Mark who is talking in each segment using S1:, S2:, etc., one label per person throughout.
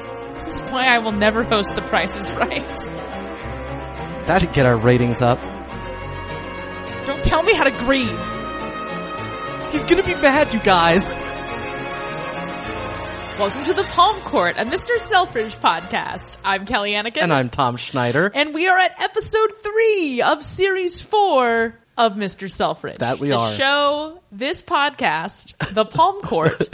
S1: is why I will never host The Price is Right.
S2: That'd get our ratings up.
S1: Don't tell me how to grieve.
S2: He's gonna be mad, you guys.
S1: Welcome to the Palm Court, a Mr. Selfridge podcast. I'm Kelly Anakin.
S2: And I'm Tom Schneider.
S1: And we are at episode three of series four of Mr. Selfridge.
S2: That we
S1: the
S2: are.
S1: show, this podcast, The Palm Court,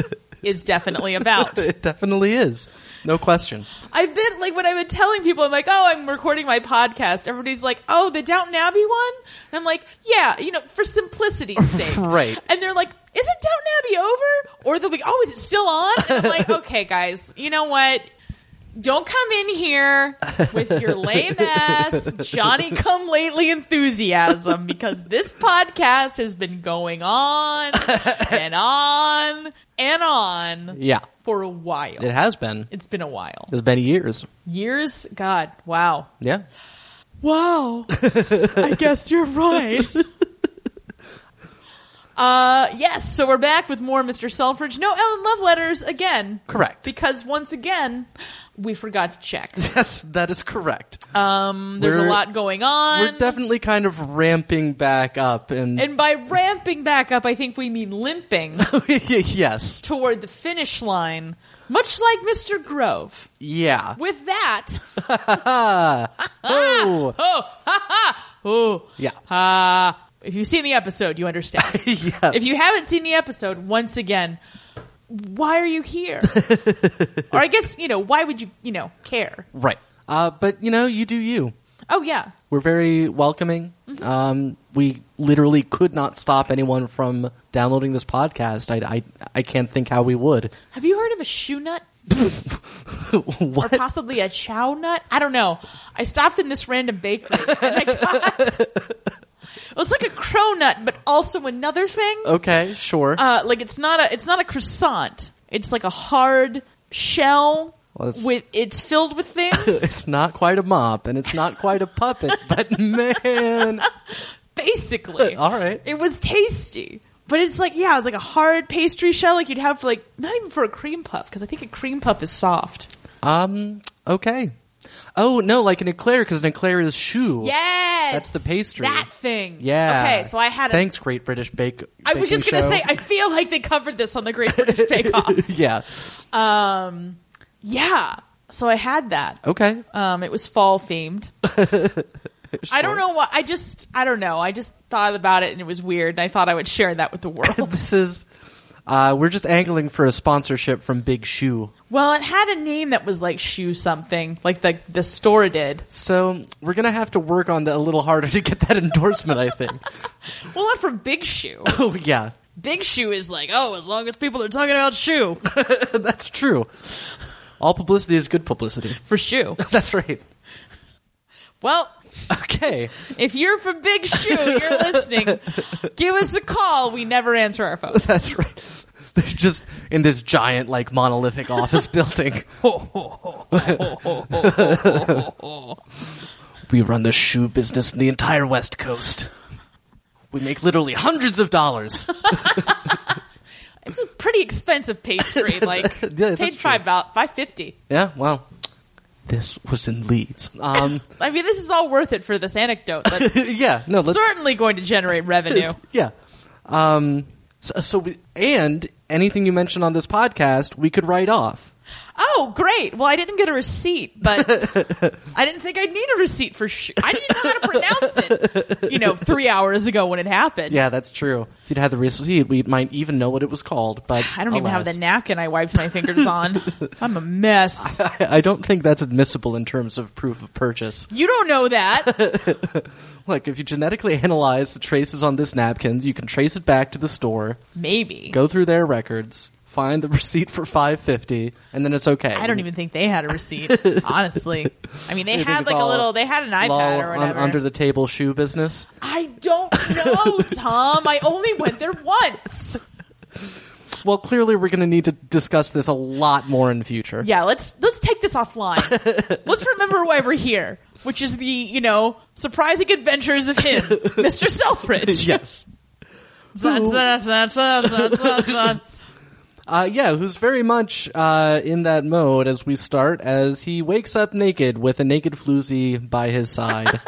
S1: is definitely about.
S2: It definitely is. No question.
S1: I've been like when I've been telling people, I'm like, oh, I'm recording my podcast. Everybody's like, oh, the Downton Abbey one. And I'm like, yeah, you know, for simplicity's sake,
S2: Right.
S1: And they're like, is it Downton Abbey over? Or they'll be, oh, is it still on? And I'm like, okay, guys, you know what? Don't come in here with your lame ass Johnny Come Lately enthusiasm because this podcast has been going on and on and on
S2: Yeah.
S1: for a while.
S2: It has been.
S1: It's been a while.
S2: It's been years.
S1: Years? God, wow.
S2: Yeah.
S1: Wow. I guess you're right. Uh, yes, so we're back with more Mr. Selfridge. No Ellen Love letters again.
S2: Correct.
S1: Because once again, we forgot to check.
S2: Yes, that is correct.
S1: Um, there's a
S2: We're-
S1: lot going on.
S2: We're definitely kind of ramping back up Um, and,
S1: and by ramping back up, I think we mean limping
S2: yes.
S1: toward the finish line, much like Mr. Grove.
S2: Yeah.
S1: With that,
S2: Oh.
S1: oh,
S2: Yeah.
S1: Uh, if you've seen the episode, you understand.
S2: yes.
S1: If you haven't seen the episode, once again, why are you here? or I guess, you know, why would you, you know, care?
S2: right. Uh, but you know, you do you.
S1: Oh, yeah.
S2: We're very welcoming. Um, we literally could not stop anyone from downloading this podcast. I, I, I can't think how we would.
S1: Have you heard of a shoe nut? Or
S2: what?
S1: possibly a chow nut? I don't know. I stopped in this random bakery. And I got, it was like a cronut, but also another thing.
S2: Okay, sure.
S1: Uh, like it's not a it's not a croissant. It's like a hard shell
S2: Well, it's-
S1: with it's filled with things.
S2: it's not quite a mop and it's not quite a puppet, but man,
S1: basically.
S2: All right.
S1: It was tasty. But it's like, yeah, it was like a hard pastry shell like you'd have for like, not even for a cream puff, because I think a cream puff is soft.
S2: um, okay. Oh no, like an eclair because an eclair is shoe.
S1: Yes!
S2: that's the pastry.
S1: That thing.
S2: Yeah.
S1: Okay, so I had a.
S2: Thanks, Great British Bake.
S1: I was just
S2: Baking
S1: going to
S2: Show.
S1: say, I feel like they covered this on the Great British Bake Off.
S2: yeah.
S1: Um, yeah. So I had that.
S2: Okay.
S1: Um, it was fall themed. I don't
S2: Sure.
S1: know why. I just, I don't know. I just thought about it and it was weird and I thought I would share that with the world.
S2: This is. Uh, we're just angling for a sponsorship from Big Shoe.
S1: Well, it had a name that was like shoe something, like the the store did.
S2: So we're gonna have to work on that a little harder to get that endorsement. I think.
S1: Well, not from Big Shoe.
S2: oh yeah,
S1: Big Shoe is like, oh, as long as people are talking about shoe
S2: that's true. All publicity is good publicity.
S1: for shoe.
S2: That's right.
S1: Well,
S2: Okay.
S1: if you're from Big Shoe, you're listening. Give us a call. We never answer our phone.
S2: That's right. They're just in this giant, like, monolithic office building. we run the shoe business in the entire West Coast. We make literally hundreds of dollars.
S1: It's a pretty expensive pastry. Like,
S2: that's
S1: paid
S2: true.
S1: five about five fifty.
S2: Yeah, well, this was in Leeds. Um,
S1: I mean, this is all worth it for this anecdote. That's
S2: yeah, no, let's.
S1: certainly going to generate revenue.
S2: Yeah. Um, so, so we, and anything you mentioned on this podcast, we could write off.
S1: Oh, great. Well, I didn't get a receipt, but I didn't think I'd need a receipt for sh- I didn't know how to pronounce it, you know, three hours ago when it happened.
S2: Yeah, that's true. If you'd had the receipt, we might even know what it was called, but.
S1: I don't even have the
S2: alas.
S1: napkin I wiped my fingers on. I'm a mess.
S2: I don't think that's admissible in terms of proof of purchase.
S1: You don't know that.
S2: Like, if you genetically analyze the traces on this napkin, you can trace it back to the store,
S1: Maybe.
S2: go through their records, find the receipt for five fifty, and then it's okay.
S1: I don't even think they had a receipt, honestly. I mean, they
S2: You think
S1: had
S2: it's
S1: like a
S2: all-
S1: little, they had an
S2: Lol,
S1: iPad or
S2: un-
S1: whatever.
S2: under the table shoe business.
S1: I don't know, Tom. I only went there once.
S2: Well, clearly we're going to need to discuss this a lot more in the future.
S1: Yeah, let's let's take this offline. let's remember why we're here, which is the you know surprising adventures of him, Mr. Selfridge.
S2: yes.
S1: Zun, zun, zun, zun, zun, zun, zun.
S2: Uh, yeah, who's very much uh, in that mode as we start, as he wakes up naked with a naked floozy by his side.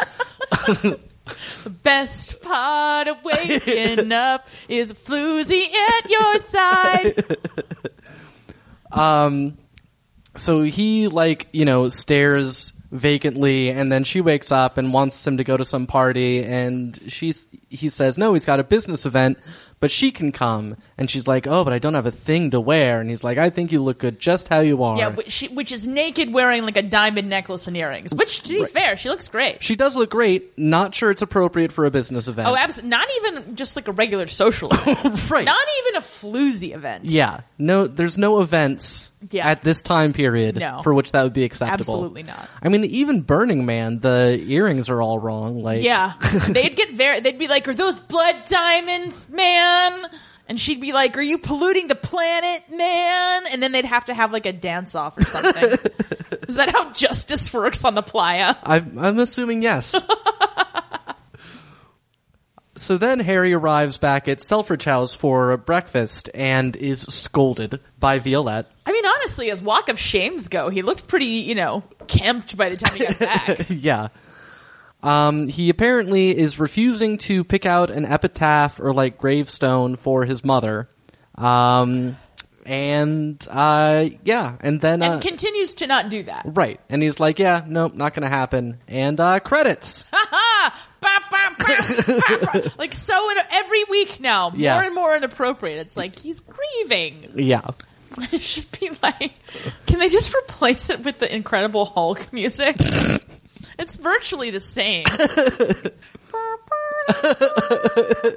S1: Best part of waking up is a floozy at your side.
S2: so he, like, you know, stares vacantly, and then she wakes up and wants him to go to some party, and she's, he says, no, he's got a business event, but she can come. And she's like, oh, but I don't have a thing to wear. And he's like, I think you look good just how you are.
S1: Yeah, which, which is naked wearing like a diamond necklace and earrings. Which, to be fair, she looks great.
S2: she does look great. Not sure it's appropriate for a business event.
S1: Oh, abs- not even just like a regular social event.
S2: right.
S1: not even a floozy event.
S2: Yeah. No, there's no events
S1: Yeah.
S2: at this time period
S1: No.
S2: for which that would be acceptable.
S1: Absolutely not.
S2: I mean, even Burning Man, the earrings are all wrong. Like,
S1: Yeah. they'd get very, they'd be like, are those blood diamonds, man? And she'd be like, are you polluting the planet, man? And then they'd have to have like a dance off or something. Is that how justice works on the playa?
S2: I'm, I'm assuming yes. so then Harry arrives back at Selfridge House for breakfast and is scolded by Violette.
S1: I mean, honestly, as walk of shames go, he looked pretty, you know, kempt by the time he got back.
S2: yeah. Um, he apparently is refusing to pick out an epitaph or like gravestone for his mother. Um, and uh, yeah, and then uh,
S1: and continues to not do that.
S2: right, and he's like, yeah, nope, not gonna happen. And uh, credits.
S1: Ah! Bah, bah, bah, bah, bah. like so in, every week now, more
S2: Yeah.
S1: and more inappropriate. It's like he's grieving.
S2: yeah,
S1: It should be like, can they just replace it with the Incredible Hulk music? it's virtually the same. or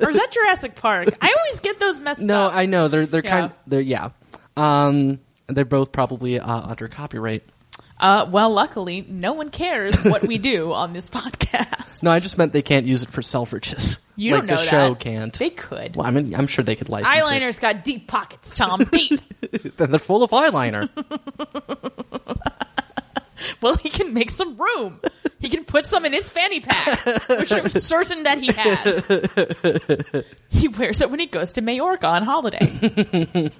S1: is that Jurassic Park? I always get those messed
S2: no,
S1: up.
S2: I know they're they're
S1: Yeah.
S2: kind they're yeah. Um, they're both probably uh, under copyright.
S1: Uh, well, luckily, no one cares what we do on this podcast.
S2: No, I just meant they can't use it for Selfridges.
S1: You
S2: like
S1: don't know
S2: the
S1: that.
S2: show can't.
S1: They could.
S2: well, I mean, I'm sure they could license it.
S1: Eyeliner's got deep pockets, Tom. Deep.
S2: Then they're full of eyeliner.
S1: Well, he can make some room. He can put some in his fanny pack, which I'm certain that he has. He wears it when he goes to Majorca on holiday.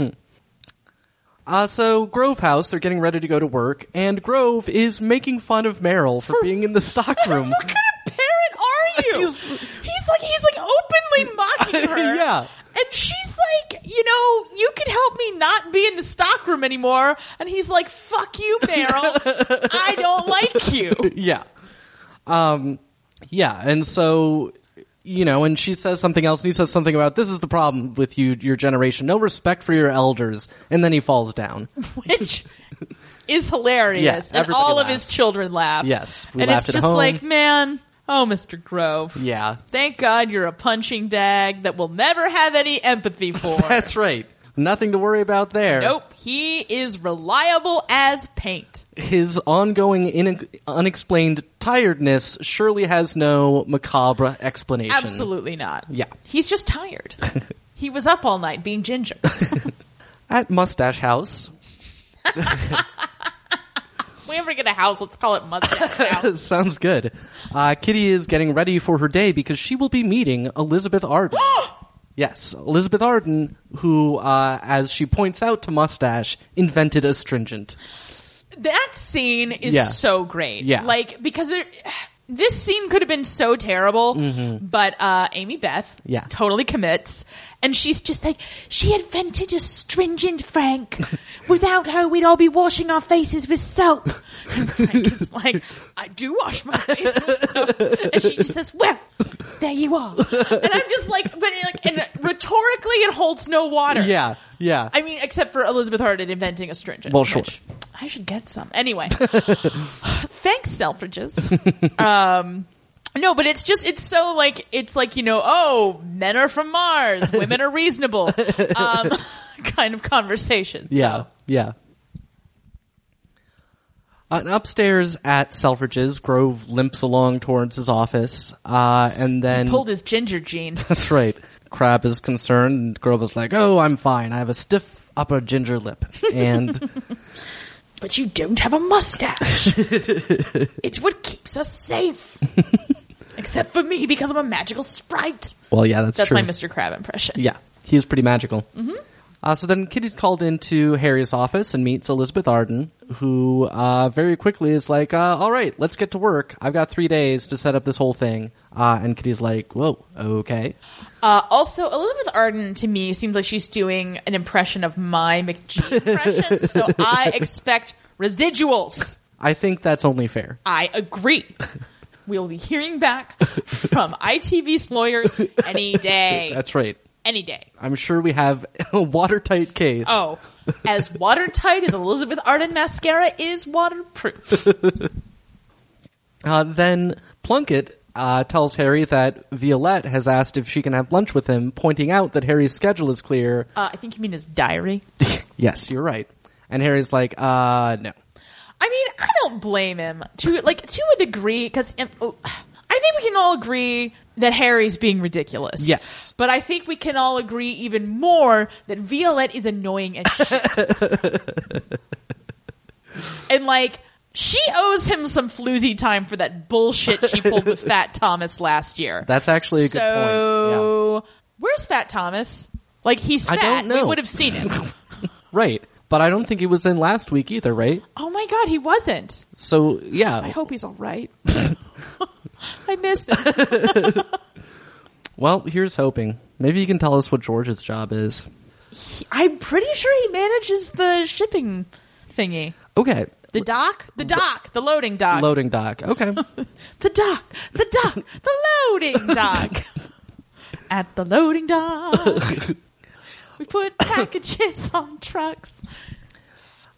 S2: Uh, so Grove House, they're getting ready to go to work, and Grove is making fun of Merrill for being in the stockroom.
S1: what kind of parent are you?
S2: He's-
S1: He's, like he's like openly mocking her.
S2: Yeah.
S1: And she's like, you know, you can help me not be in the stockroom anymore. And he's like, fuck you, Meryl. I don't like you.
S2: yeah, um, yeah, and so you know, and she says something else, and he says something about this is the problem with you, your generation, no respect for your elders, and then he falls down.
S1: which is hilarious.
S2: Yeah,
S1: and
S2: everybody
S1: all of
S2: laughs.
S1: his children laugh.
S2: Yes, we
S1: and it's
S2: laughed at
S1: just
S2: home.
S1: like, man, oh, Mr. Grove,
S2: Yeah,
S1: thank God you're a punching bag that we'll never have any empathy for.
S2: that's right. Nothing to worry about there.
S1: nope, he is reliable as paint.
S2: His ongoing in- unexplained tiredness surely has no macabre explanation.
S1: Absolutely not.
S2: Yeah.
S1: he's just tired. he was up all night being ginger.
S2: At Mustache House,
S1: we ever get a house, let's call it mustache house.
S2: Sounds good. Uh, Kitty is getting ready for her day because she will be meeting Elizabeth Arden. yes, Elizabeth Arden, who, uh, as she points out to Mustache, invented astringent.
S1: that scene is
S2: Yeah.
S1: so great.
S2: Yeah.
S1: Like, because there, this scene could have been so terrible, but uh, Amy Beth
S2: Mm-hmm. Yeah.
S1: totally commits. And she's just like, she invented astringent Frank. Without her, we'd all be washing our faces with soap. And Frank is like, I do wash my face with soap. And she just says, well, there you are. And I'm just like, but like, and rhetorically, it holds no water.
S2: Yeah, yeah.
S1: I mean, except for Elizabeth Arden inventing astringent.
S2: Well, sure.
S1: which I should get some. Anyway, thanks, Selfridges. um, no, but it's just, it's so like, it's like, you know, oh, men are from Mars, women are reasonable um, kind of conversation.
S2: yeah, yeah. Uh, and upstairs at Selfridge's, Grove limps along towards his office, uh, and then
S1: Pulled his ginger jeans.
S2: That's right. Crab is concerned, and Grove is like, "Oh, I'm fine. I have a stiff upper ginger lip," and.
S1: But you don't have a mustache. it's what keeps us safe. Except for me, because I'm a magical sprite.
S2: Well, yeah, that's,
S1: That's
S2: true.
S1: my Mr. Crab impression.
S2: Yeah, he is pretty magical. Uh, so then Kitty's called into Harry's office and meets Elizabeth Arden, who uh, very quickly is like, uh, all right, let's get to work. I've got three days to set up this whole thing. Uh, and Kitty's like, whoa, okay.
S1: Uh, also, Elizabeth Arden to me seems like she's doing an impression of my McGee impression, so I expect residuals.
S2: I think that's only fair.
S1: I agree. We'll be hearing back from ITV's lawyers any day.
S2: That's right.
S1: any day.
S2: I'm sure we have a watertight case.
S1: Oh, as watertight as Elizabeth Arden mascara is waterproof.
S2: Uh, then Plunkett uh, tells Harry that Violette has asked if she can have lunch with him, pointing out that Harry's schedule is clear.
S1: Uh, I think you mean his diary.
S2: yes, you're right. And Harry's like, uh, no.
S1: I mean, I don't blame him to like to a degree because I think we can all agree that Harry's being ridiculous.
S2: Yes.
S1: but I think we can all agree even more that Violette is annoying as shit. and like, she owes him some floozy time for that bullshit she pulled with Fat Thomas last year.
S2: That's actually a good
S1: so, where's Fat Thomas? Like he's
S2: I
S1: fat.
S2: don't
S1: We
S2: know.
S1: would have seen him.
S2: Right. But I don't think he was in last week either, right?
S1: oh my god, he wasn't.
S2: So, yeah.
S1: I hope he's all right. I miss him.
S2: Well, here's hoping. Maybe you can tell us what George's job is.
S1: I'm pretty sure he manages the shipping thingy.
S2: Okay.
S1: The dock? The dock. The loading dock.
S2: Loading dock. Okay. Uh,
S1: the dock. The dock. The loading dock. At the loading dock. We put packages on trucks.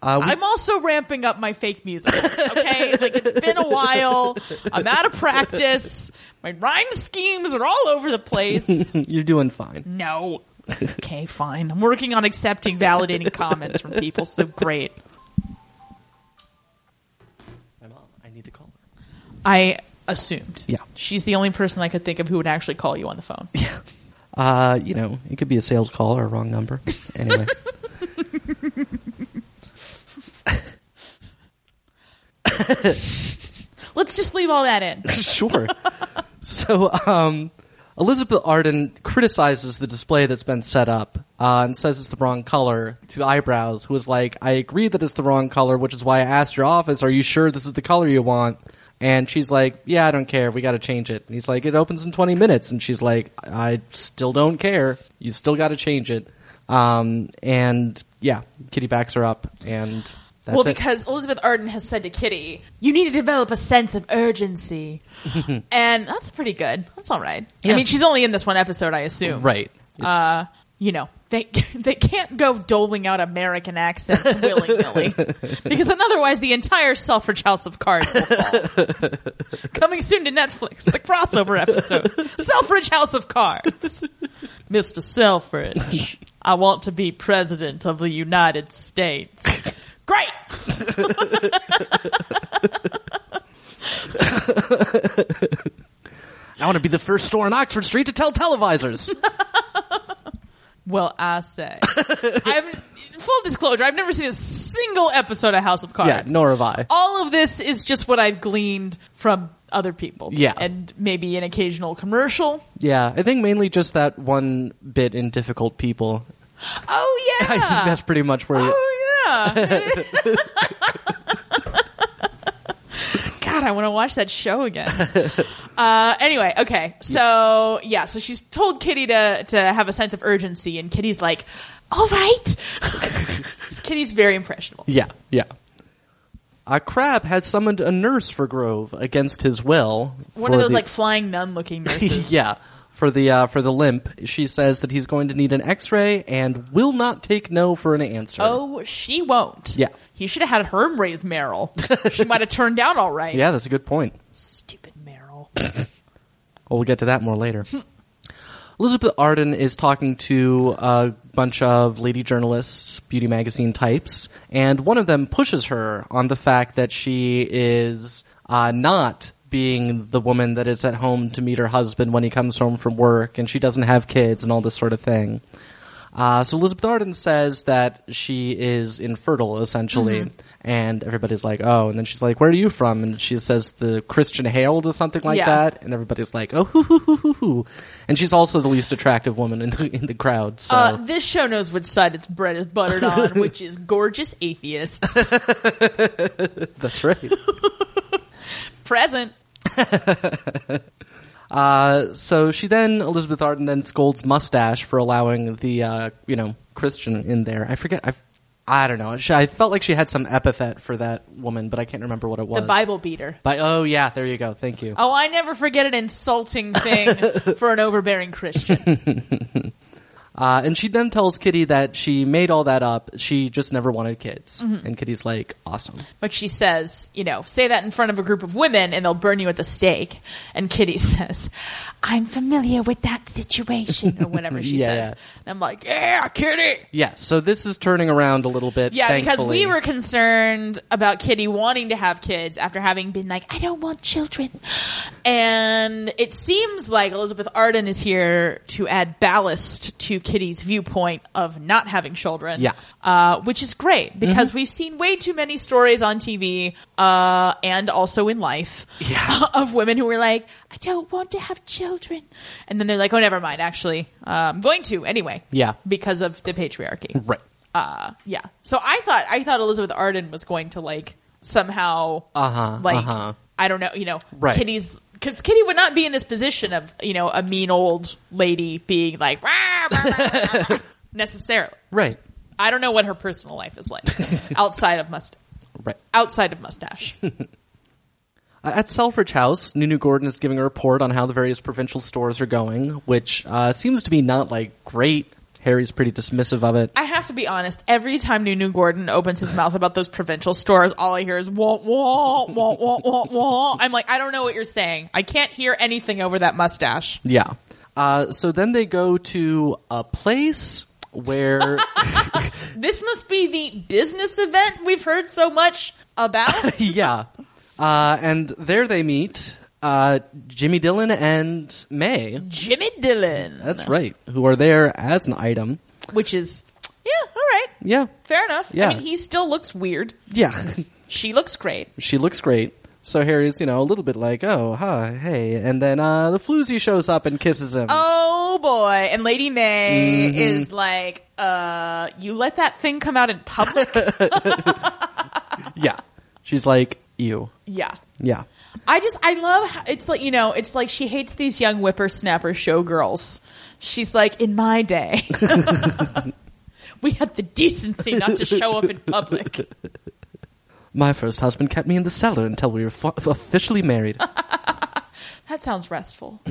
S2: Uh, we-
S1: I'm also ramping up my fake music. Okay, like it's been a while. I'm out of practice. My rhyme schemes are all over the place.
S2: you're doing fine.
S1: No. Okay, fine. I'm working on accepting validating comments from people. So great.
S2: My mom. I need to call her.
S1: I assumed.
S2: Yeah.
S1: She's the only person I could think of who would actually call you on the phone.
S2: Uh, you know, it could be a sales call or a wrong number. Anyway.
S1: Let's just leave all that in.
S2: sure. so, um, Elizabeth Arden criticizes the display that's been set up uh, and says it's the wrong color to Eyebrows, who is like, I agree that it's the wrong color, which is why I asked your office, are you sure this is the color you want? And she's like, yeah, I don't care. We got to change it. And he's like, it opens in 20 minutes. And she's like, I still don't care. You still got to change it. Um, and yeah, Kitty backs her up. And that's
S1: well,
S2: it.
S1: because Elizabeth Arden has said to Kitty, you need to develop a sense of urgency. and that's pretty good. That's all right. I
S2: Yeah.
S1: mean, she's only in this one episode, I assume.
S2: Right.
S1: You know, they they can't go doling out American accents willy nilly. because then otherwise the entire Selfridge House of Cards will fall. Coming soon to Netflix, the crossover episode Selfridge House of Cards. Mr. Selfridge, I want to be president of the United States. Great!
S2: I want to be the first store on Oxford Street to tell televisors.
S1: Well, I say. I'm full disclosure. I've never seen a single episode of House of Cards.
S2: yeah, nor have I.
S1: All of this is just what I've gleaned from other people.
S2: Yeah.
S1: and maybe an occasional commercial.
S2: Yeah, I think mainly just that one bit in Difficult People.
S1: Oh yeah.
S2: I think that's pretty much where. you-
S1: oh yeah. God, I want to watch that show again. Uh, anyway, okay, so yeah, so she's told Kitty to to have a sense of urgency, and Kitty's like, "All right." Kitty's very impressionable.
S2: Yeah, yeah. A crab has summoned a nurse for Grove against his will.
S1: One
S2: for
S1: of those
S2: the-
S1: like flying nun looking nurses.
S2: yeah, for the uh, for the limp. She says that he's going to need an X-ray and will not take no for an answer.
S1: Oh, she won't.
S2: Yeah.
S1: He should have had her raise Meryl. she might have turned out all right.
S2: yeah, that's a good point.
S1: Stupid Meryl.
S2: Well, we'll get to that more later. Elizabeth Arden is talking to a bunch of lady journalists, beauty magazine types, and one of them pushes her on the fact that she is uh, not being the woman that is at home to meet her husband when he comes home from work, and she doesn't have kids and all this sort of thing. Uh, so Elizabeth Arden says that she is infertile, essentially, and everybody's like, "Oh!" And then she's like, "Where are you from?" And she says the Christian Herald or something like
S1: Yeah.
S2: that, and everybody's like, "Oh, hoo, hoo, hoo, hoo, hoo." And she's also the least attractive woman in the in the crowd. So
S1: Uh, this show knows which side its bread is buttered on, which is gorgeous atheists.
S2: that's right.
S1: Present.
S2: Uh, so she then Elizabeth Arden then scolds Mustache for allowing the uh, you know Christian in there. I forget. I I don't know. She, I felt like she had some epithet for that woman, but I can't remember what it was.
S1: The Bible beater.
S2: Bi- oh yeah, there you go. Thank you.
S1: Oh, I never forget an insulting thing for an overbearing Christian.
S2: Uh, and she then tells Kitty that she made all that up. She just never wanted kids.
S1: Mm-hmm.
S2: And Kitty's like, awesome.
S1: But she says, you know, say that in front of a group of women and they'll burn you at the stake. And Kitty says, I'm familiar with that situation, or whatever she
S2: Yeah,
S1: says.
S2: yeah.
S1: And I'm like, yeah, Kitty.
S2: Yeah. So this is turning around a little bit.
S1: Yeah, because we
S2: thankfully.
S1: were concerned about Kitty wanting to have kids after having been like, I don't want children. And it seems like Elizabeth Arden is here to add ballast to Kitty's viewpoint of not having children.
S2: Yeah. Mm-hmm.
S1: Uh, which is great because we've seen way too many stories on TV uh, and also in life
S2: Yeah.
S1: of women who were like, I don't want to have children. And then they're like, oh, never mind, actually. Uh, I'm going to anyway.
S2: Yeah.
S1: Because of the patriarchy
S2: right.
S1: uh yeah so i thought i thought elizabeth arden was going to like somehow
S2: Uh-huh,
S1: like
S2: uh-huh.
S1: i don't know you know
S2: Right.
S1: kitty's because kitty would not be in this position of you know a mean old lady being like "Rah, rah, rah, rah," necessarily
S2: Right.
S1: i don't know what her personal life is like outside of must
S2: Right.
S1: outside of mustache
S2: Uh, At Selfridge House, Nunu Gordon is giving a report on how the various provincial stores are going, which uh, seems to be not like great. Harry's pretty dismissive of it.
S1: i have to be honest every time nunu gordon opens his mouth about those provincial stores all i hear is wah wah wah wah wah wah i'm like i don't know what you're saying i can't hear anything over that mustache
S2: Yeah. Uh, so then they go to a place where
S1: This must be the business event we've heard so much about.
S2: yeah. Uh, and there they meet uh, Jimmy Dillon and May.
S1: Jimmy Dillon.
S2: That's right. Who are there as an item.
S1: Which is, yeah, all right.
S2: Yeah.
S1: Fair enough.
S2: Yeah.
S1: I mean, he still looks weird.
S2: Yeah.
S1: She looks great.
S2: she looks great. So Harry's, you know, a little bit like, oh, hi, hey. And then uh, the floozy shows up and kisses him.
S1: Oh boy. And Lady
S2: Mm-hmm.
S1: May is like, uh, you let that thing come out in public?
S2: Yeah. She's like, you.
S1: yeah.
S2: Yeah.
S1: I just, I love, how, it's like, you know, it's like she hates these young whippersnapper showgirls. She's like, in my day, we had the decency not to show up in public.
S2: My first husband kept me in the cellar until we were fo- officially married.
S1: That sounds restful.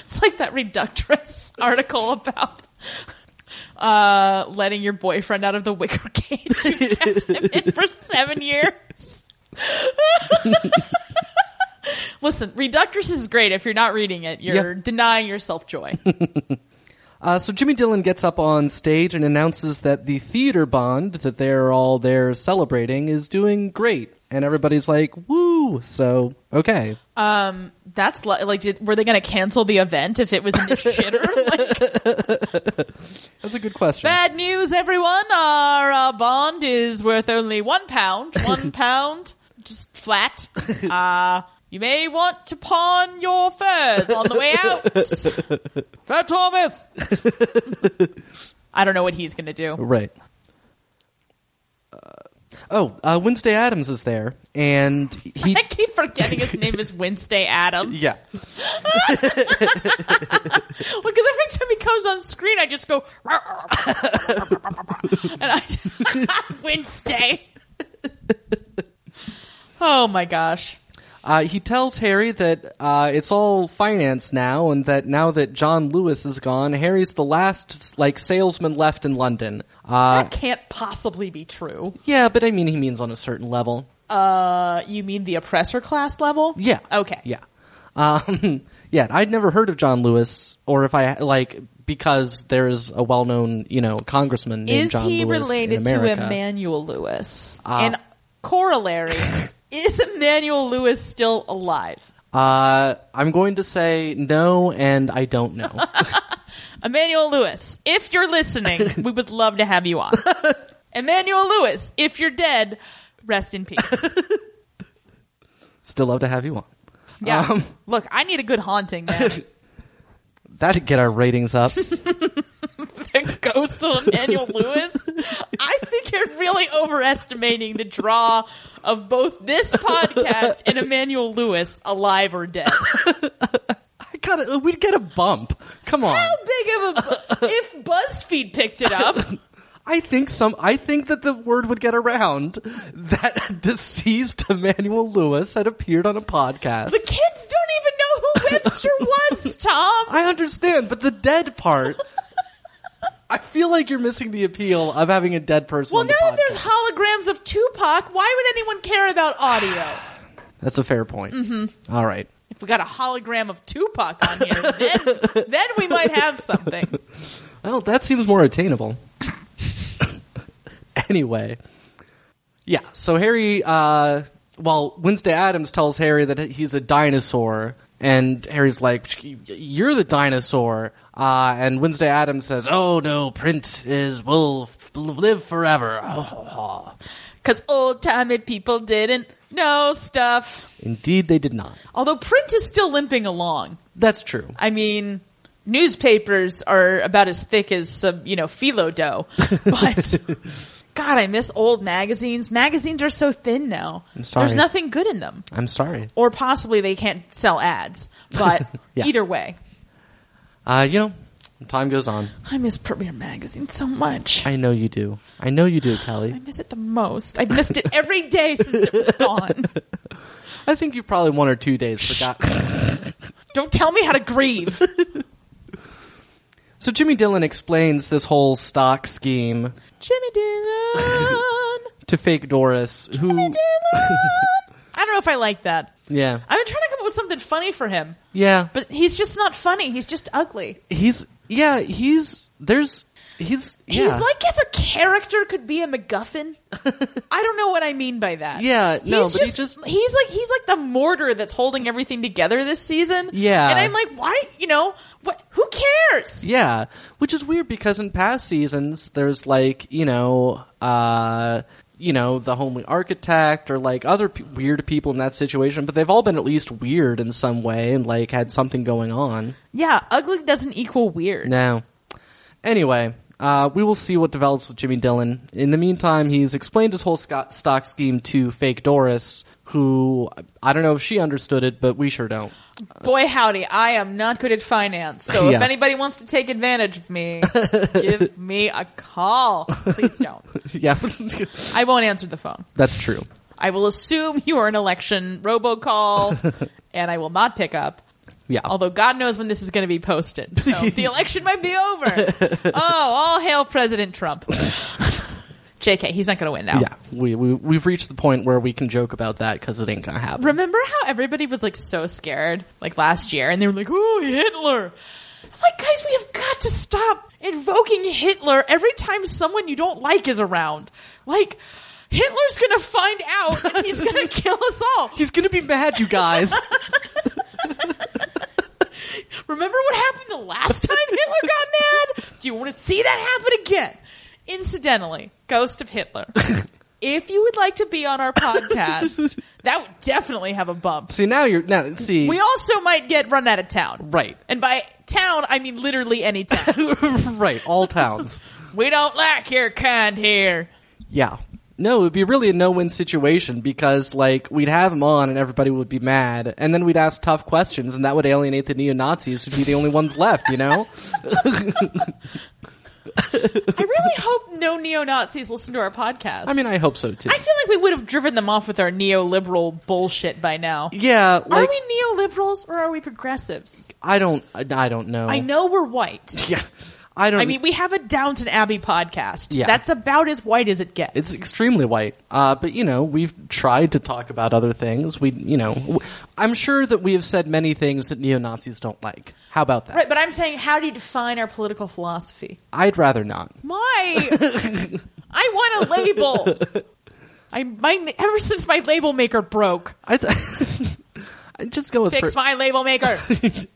S1: it's like that reductress article about uh, letting your boyfriend out of the wicker cage you kept him in for seven years. Listen, reductress is great. If you're not reading it, you're
S2: Yeah.
S1: denying yourself joy.
S2: Uh, so Jimmy Dillon gets up on stage and announces that the theater bond that they're all there celebrating is doing great. And everybody's like, woo! So, okay.
S1: Um, that's li- like, did, were they going to cancel the event if it was in the shitter? Like,
S2: That's a good question.
S1: Bad news, everyone. Our uh, bond is worth only one pound. One pound, just flat. Uh, you may want to pawn your furs on the way out. Fair Thomas. I don't know what he's going to do.
S2: Right. Uh, oh, uh, Wednesday Adams is there, and he.
S1: I keep forgetting his name is Wednesday Adams.
S2: yeah.
S1: Well, because every time he comes on screen, I just go, "Rawr, rawr, rawr, rawr, rawr, rawr, rawr," and I Wednesday. Oh my gosh.
S2: Uh, he tells Harry that uh, it's all finance now, and that now that John Lewis is gone, Harry's the last like salesman left in London. Uh,
S1: That can't possibly be true.
S2: yeah, but I mean, he means on a certain level.
S1: Uh, you mean the oppressor class level?
S2: Yeah.
S1: Okay.
S2: Yeah. Um, yeah. I'd never heard of John Lewis, or if I like because there's a well-known you know congressman named
S1: Is
S2: John
S1: he
S2: Lewis in
S1: related to
S2: America. Uh,
S1: Emmanuel Lewis? and corollary, is Emmanuel Lewis still alive?
S2: Uh, I'm going to say no, and I don't know.
S1: Emmanuel Lewis, if you're listening, we would love to have you on. Emmanuel Lewis, if you're dead, rest in peace.
S2: Still love to have you on.
S1: Yeah.
S2: Um.
S1: Look, I need a good haunting, man.
S2: That'd get our ratings up.
S1: the ghost of Emmanuel Lewis. I think you're really overestimating the draw of both this podcast and Emmanuel Lewis, alive or dead.
S2: I gotta, we'd get a bump. Come on.
S1: How big of a if BuzzFeed picked it up?
S2: I think some. I think that the word would get around that deceased Emmanuel Lewis had appeared on a podcast.
S1: The kids don't even know who Webster was, Tom.
S2: I understand, but the dead part. I feel like you're missing the appeal of having a dead person.
S1: Well,
S2: on
S1: now
S2: the
S1: that there's
S2: podcast.
S1: holograms of Tupac, why would anyone care about audio?
S2: that's a fair point. Mm-hmm. right,
S1: If we got a hologram of Tupac on here, then, then we might have something.
S2: well, that seems more attainable. anyway, yeah. So Harry, uh, well, Wednesday Adams tells Harry that he's a dinosaur, and Harry's like, "You're the dinosaur." Uh, and Wednesday Adams says, "Oh no, Prince is will f- live forever." Oh.
S1: Because old timey people didn't know stuff.
S2: Indeed, they did not.
S1: Although print is still limping along.
S2: That's true.
S1: I mean, newspapers are about as thick as some, you know, phyllo dough. But God, I miss old magazines. Magazines are so thin now.
S2: I'm sorry.
S1: There's nothing good in them.
S2: I'm sorry.
S1: Or possibly they can't sell ads. But
S2: Yeah.
S1: either way,
S2: Uh, you know, time goes on.
S1: I miss Premiere Magazine so much. I-
S2: I know you do. I know you do, Kelly.
S1: miss it the most. I missed it every day since it was gone.
S2: I think you probably one or two days forgot.
S1: Don't tell me how to grieve.
S2: so Jimmy Dillon explains this whole stock scheme
S1: Jimmy Dillon.
S2: to fake Doris, who,
S1: I don't know if I like that.
S2: yeah,
S1: I've been trying to come up with something funny for him,
S2: yeah, but
S1: but he's just not funny. He's just ugly.
S2: he's, yeah, he's there's, he's, yeah,
S1: He's like if a character could be a MacGuffin. I don't know what I mean by that.
S2: Yeah, no,
S1: he's
S2: but he
S1: just,
S2: just-
S1: he's like he's like the mortar that's holding everything together this season.
S2: Yeah.
S1: and I'm like, why? You know, what? Who cares?
S2: yeah, which is weird because in past seasons there's like you know, uh, you know, the homely architect or like other p- weird people in that situation, but they've all been at least weird in some way and like had something going on.
S1: Yeah, ugly doesn't equal weird.
S2: No. Anyway, uh, we will see what develops with Jimmy Dillon. In the meantime, he's explained his whole sco- stock scheme to fake Doris, who I don't know if she understood it, but we sure don't.
S1: Boy, howdy, I am not good at finance. So if
S2: Yeah.
S1: anybody wants to take advantage of me, give me a call. Please don't.
S2: yeah,
S1: I won't answer the phone.
S2: that's true.
S1: I will assume you are an election robocall, and I will not pick up.
S2: Yeah.
S1: Although God knows when this is going to be posted, so the election might be over. Oh, all hail President Trump. Jk, he's not going to win now.
S2: yeah, we, we we've reached the point where we can joke about that because it ain't gonna happen.
S1: Remember how everybody was like so scared like last year, and they were like, "Oh, Hitler." I'm like, guys, we have got to stop invoking Hitler every time someone you don't like is around. Like, Hitler's going to find out, and he's going to kill us all.
S2: He's gonna be mad, you guys.
S1: Remember what happened the last time Hitler got mad? Do you want to see that happen again? Incidentally, Ghost of Hitler. If you would like to be on our podcast, that would definitely have a bump.
S2: see now you're now see
S1: We also might get run out of town.
S2: Right.
S1: And by town, I mean literally any town.
S2: right all towns.
S1: we don't like your kind here.
S2: Yeah. No, it would be really a no-win situation because, like, we'd have him on and everybody would be mad, and then we'd ask tough questions, and that would alienate the neo-Nazis who'd be the only ones left, you know?
S1: I really hope no neo Nazis listen to our podcast.
S2: I mean, I hope so, too.
S1: I feel like we would have driven them off with our neoliberal bullshit by now.
S2: yeah,
S1: Are
S2: like,
S1: we neoliberals or are we progressives?
S2: I don't, I I don't know.
S1: I know we're white.
S2: Yeah. I don't,
S1: I mean, we have a Downton Abbey podcast.
S2: Yeah.
S1: That's about as white as it gets.
S2: it's extremely white. Uh, but, you know, we've tried to talk about other things. We, you know, w- I'm sure that we have said many things that neo-Nazis don't like. How about that?
S1: right, but I'm saying, how do you define our political philosophy?
S2: I'd rather not.
S1: My, I want a label. I my ever since my label maker broke,
S2: I th- Just go with
S1: Fix
S2: pro-
S1: my label maker.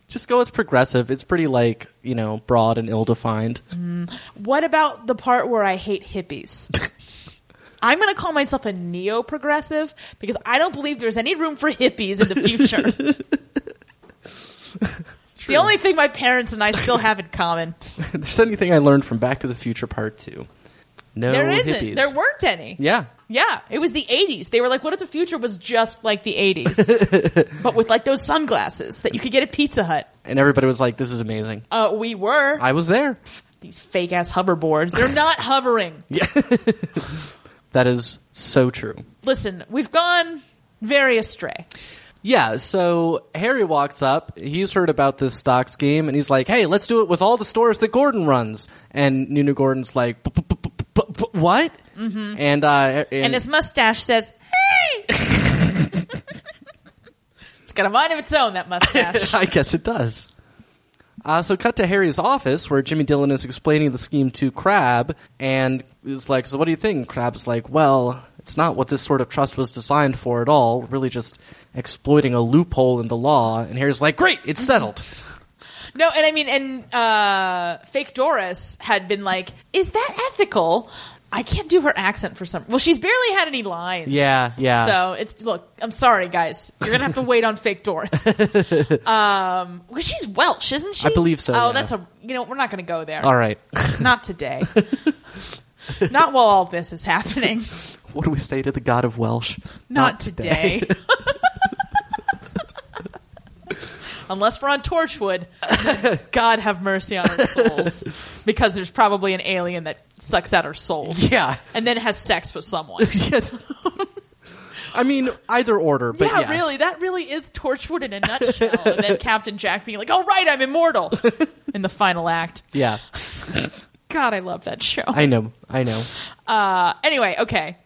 S2: just go with progressive. It's pretty like you know broad and ill defined.
S1: Mm-hmm. What about the part where I hate hippies? I'm going to call myself a neo progressive because I don't believe there's any room for hippies in the future. it's the only thing my parents and I still have in common.
S2: There's anything I learned from Back to the Future Part Two? No
S1: there isn't.
S2: hippies.
S1: There weren't any.
S2: yeah.
S1: Yeah, it was the 80s. They were like, what if the future was just like the 80s? but with like those sunglasses that you could get at Pizza Hut.
S2: And everybody was like, "This is amazing."
S1: Uh, we were.
S2: I was there.
S1: These fake ass hoverboards. They're not hovering.
S2: Yeah. that is so true.
S1: Listen, we've gone very astray.
S2: Yeah, so Harry walks up. He's heard about this stocks game, and he's like, "Hey, let's do it with all the stores that Gordon runs." And Nina Gordon's like, "B- b- b- b- b- b- "What?" Mm-hmm. And uh,
S1: And
S2: and
S1: his mustache says, hey! it's got a mind of its own, that mustache.
S2: I guess it does. Uh, so cut to Harry's office where Jimmy Dillon is explaining the scheme to Crab, and is like, "So what do you think?" Crab's like, "Well, it's not what this sort of trust was designed for at all. We're really just exploiting a loophole in the law." And Harry's like, "Great, it's settled."
S1: no, and I mean, and uh, fake Doris had been like, is that ethical? I can't do her accent for some. Well, she's barely had any lines.
S2: yeah, yeah.
S1: So it's look. I'm sorry, guys. You're gonna have to wait on fake Doris. um, well, she's Welsh, isn't she?
S2: I believe so,
S1: Oh,
S2: yeah.
S1: that's a. You know, we're not gonna go there.
S2: All right.
S1: Not today. not while all this is happening.
S2: What do we say to the god of Welsh?
S1: Not, today. Unless we're on Torchwood, God have mercy on our souls, because there's probably an alien that sucks out our souls
S2: yeah.
S1: and then has sex with someone.
S2: yes. I mean, either order, but
S1: yeah,
S2: yeah.
S1: really, that really is Torchwood in a nutshell. and then Captain Jack being like, "All right, I'm immortal," in the final act.
S2: Yeah.
S1: God, I love that show.
S2: I know. I know.
S1: Uh, anyway, okay,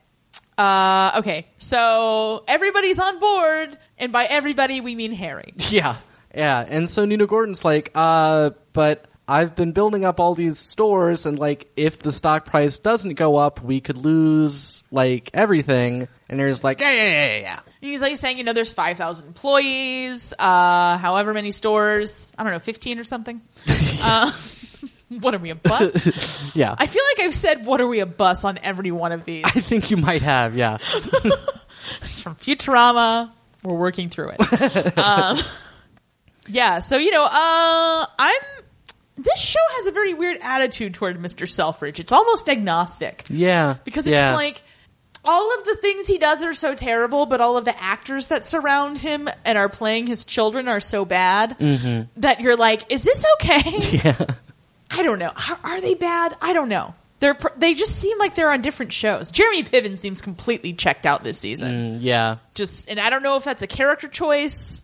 S1: uh, okay. So everybody's on board, and by everybody we mean Harry.
S2: Yeah. Yeah. And so Nina Gordon's like, uh, but I've been building up all these stores, and like, if the stock price doesn't go up, we could lose like everything. And Harry's like, yeah, yeah, yeah, yeah.
S1: And He's like saying, you know, there's five thousand employees, uh, however many stores. I don't know, fifteen or something. uh, what are we a bus?
S2: Yeah. Yeah.
S1: I feel like I've said, "What are we a bus?" on every one of these.
S2: I think you might have, yeah.
S1: It's from Futurama. We're working through it. um, yeah, so you know, uh, I'm. This show has a very weird attitude toward Mr. Selfridge. It's almost agnostic
S2: Yeah.
S1: because it's
S2: Yeah.
S1: like all of the things he does are so terrible, but all of the actors that surround him and are playing his children are so bad that you're like, is this okay?
S2: Mm-hmm. yeah.
S1: I don't know. Are, are they bad? I don't know. They're pr- they just seem like they're on different shows. Jeremy Piven seems completely checked out this season
S2: Mm, yeah.
S1: just and I don't know if that's a character choice.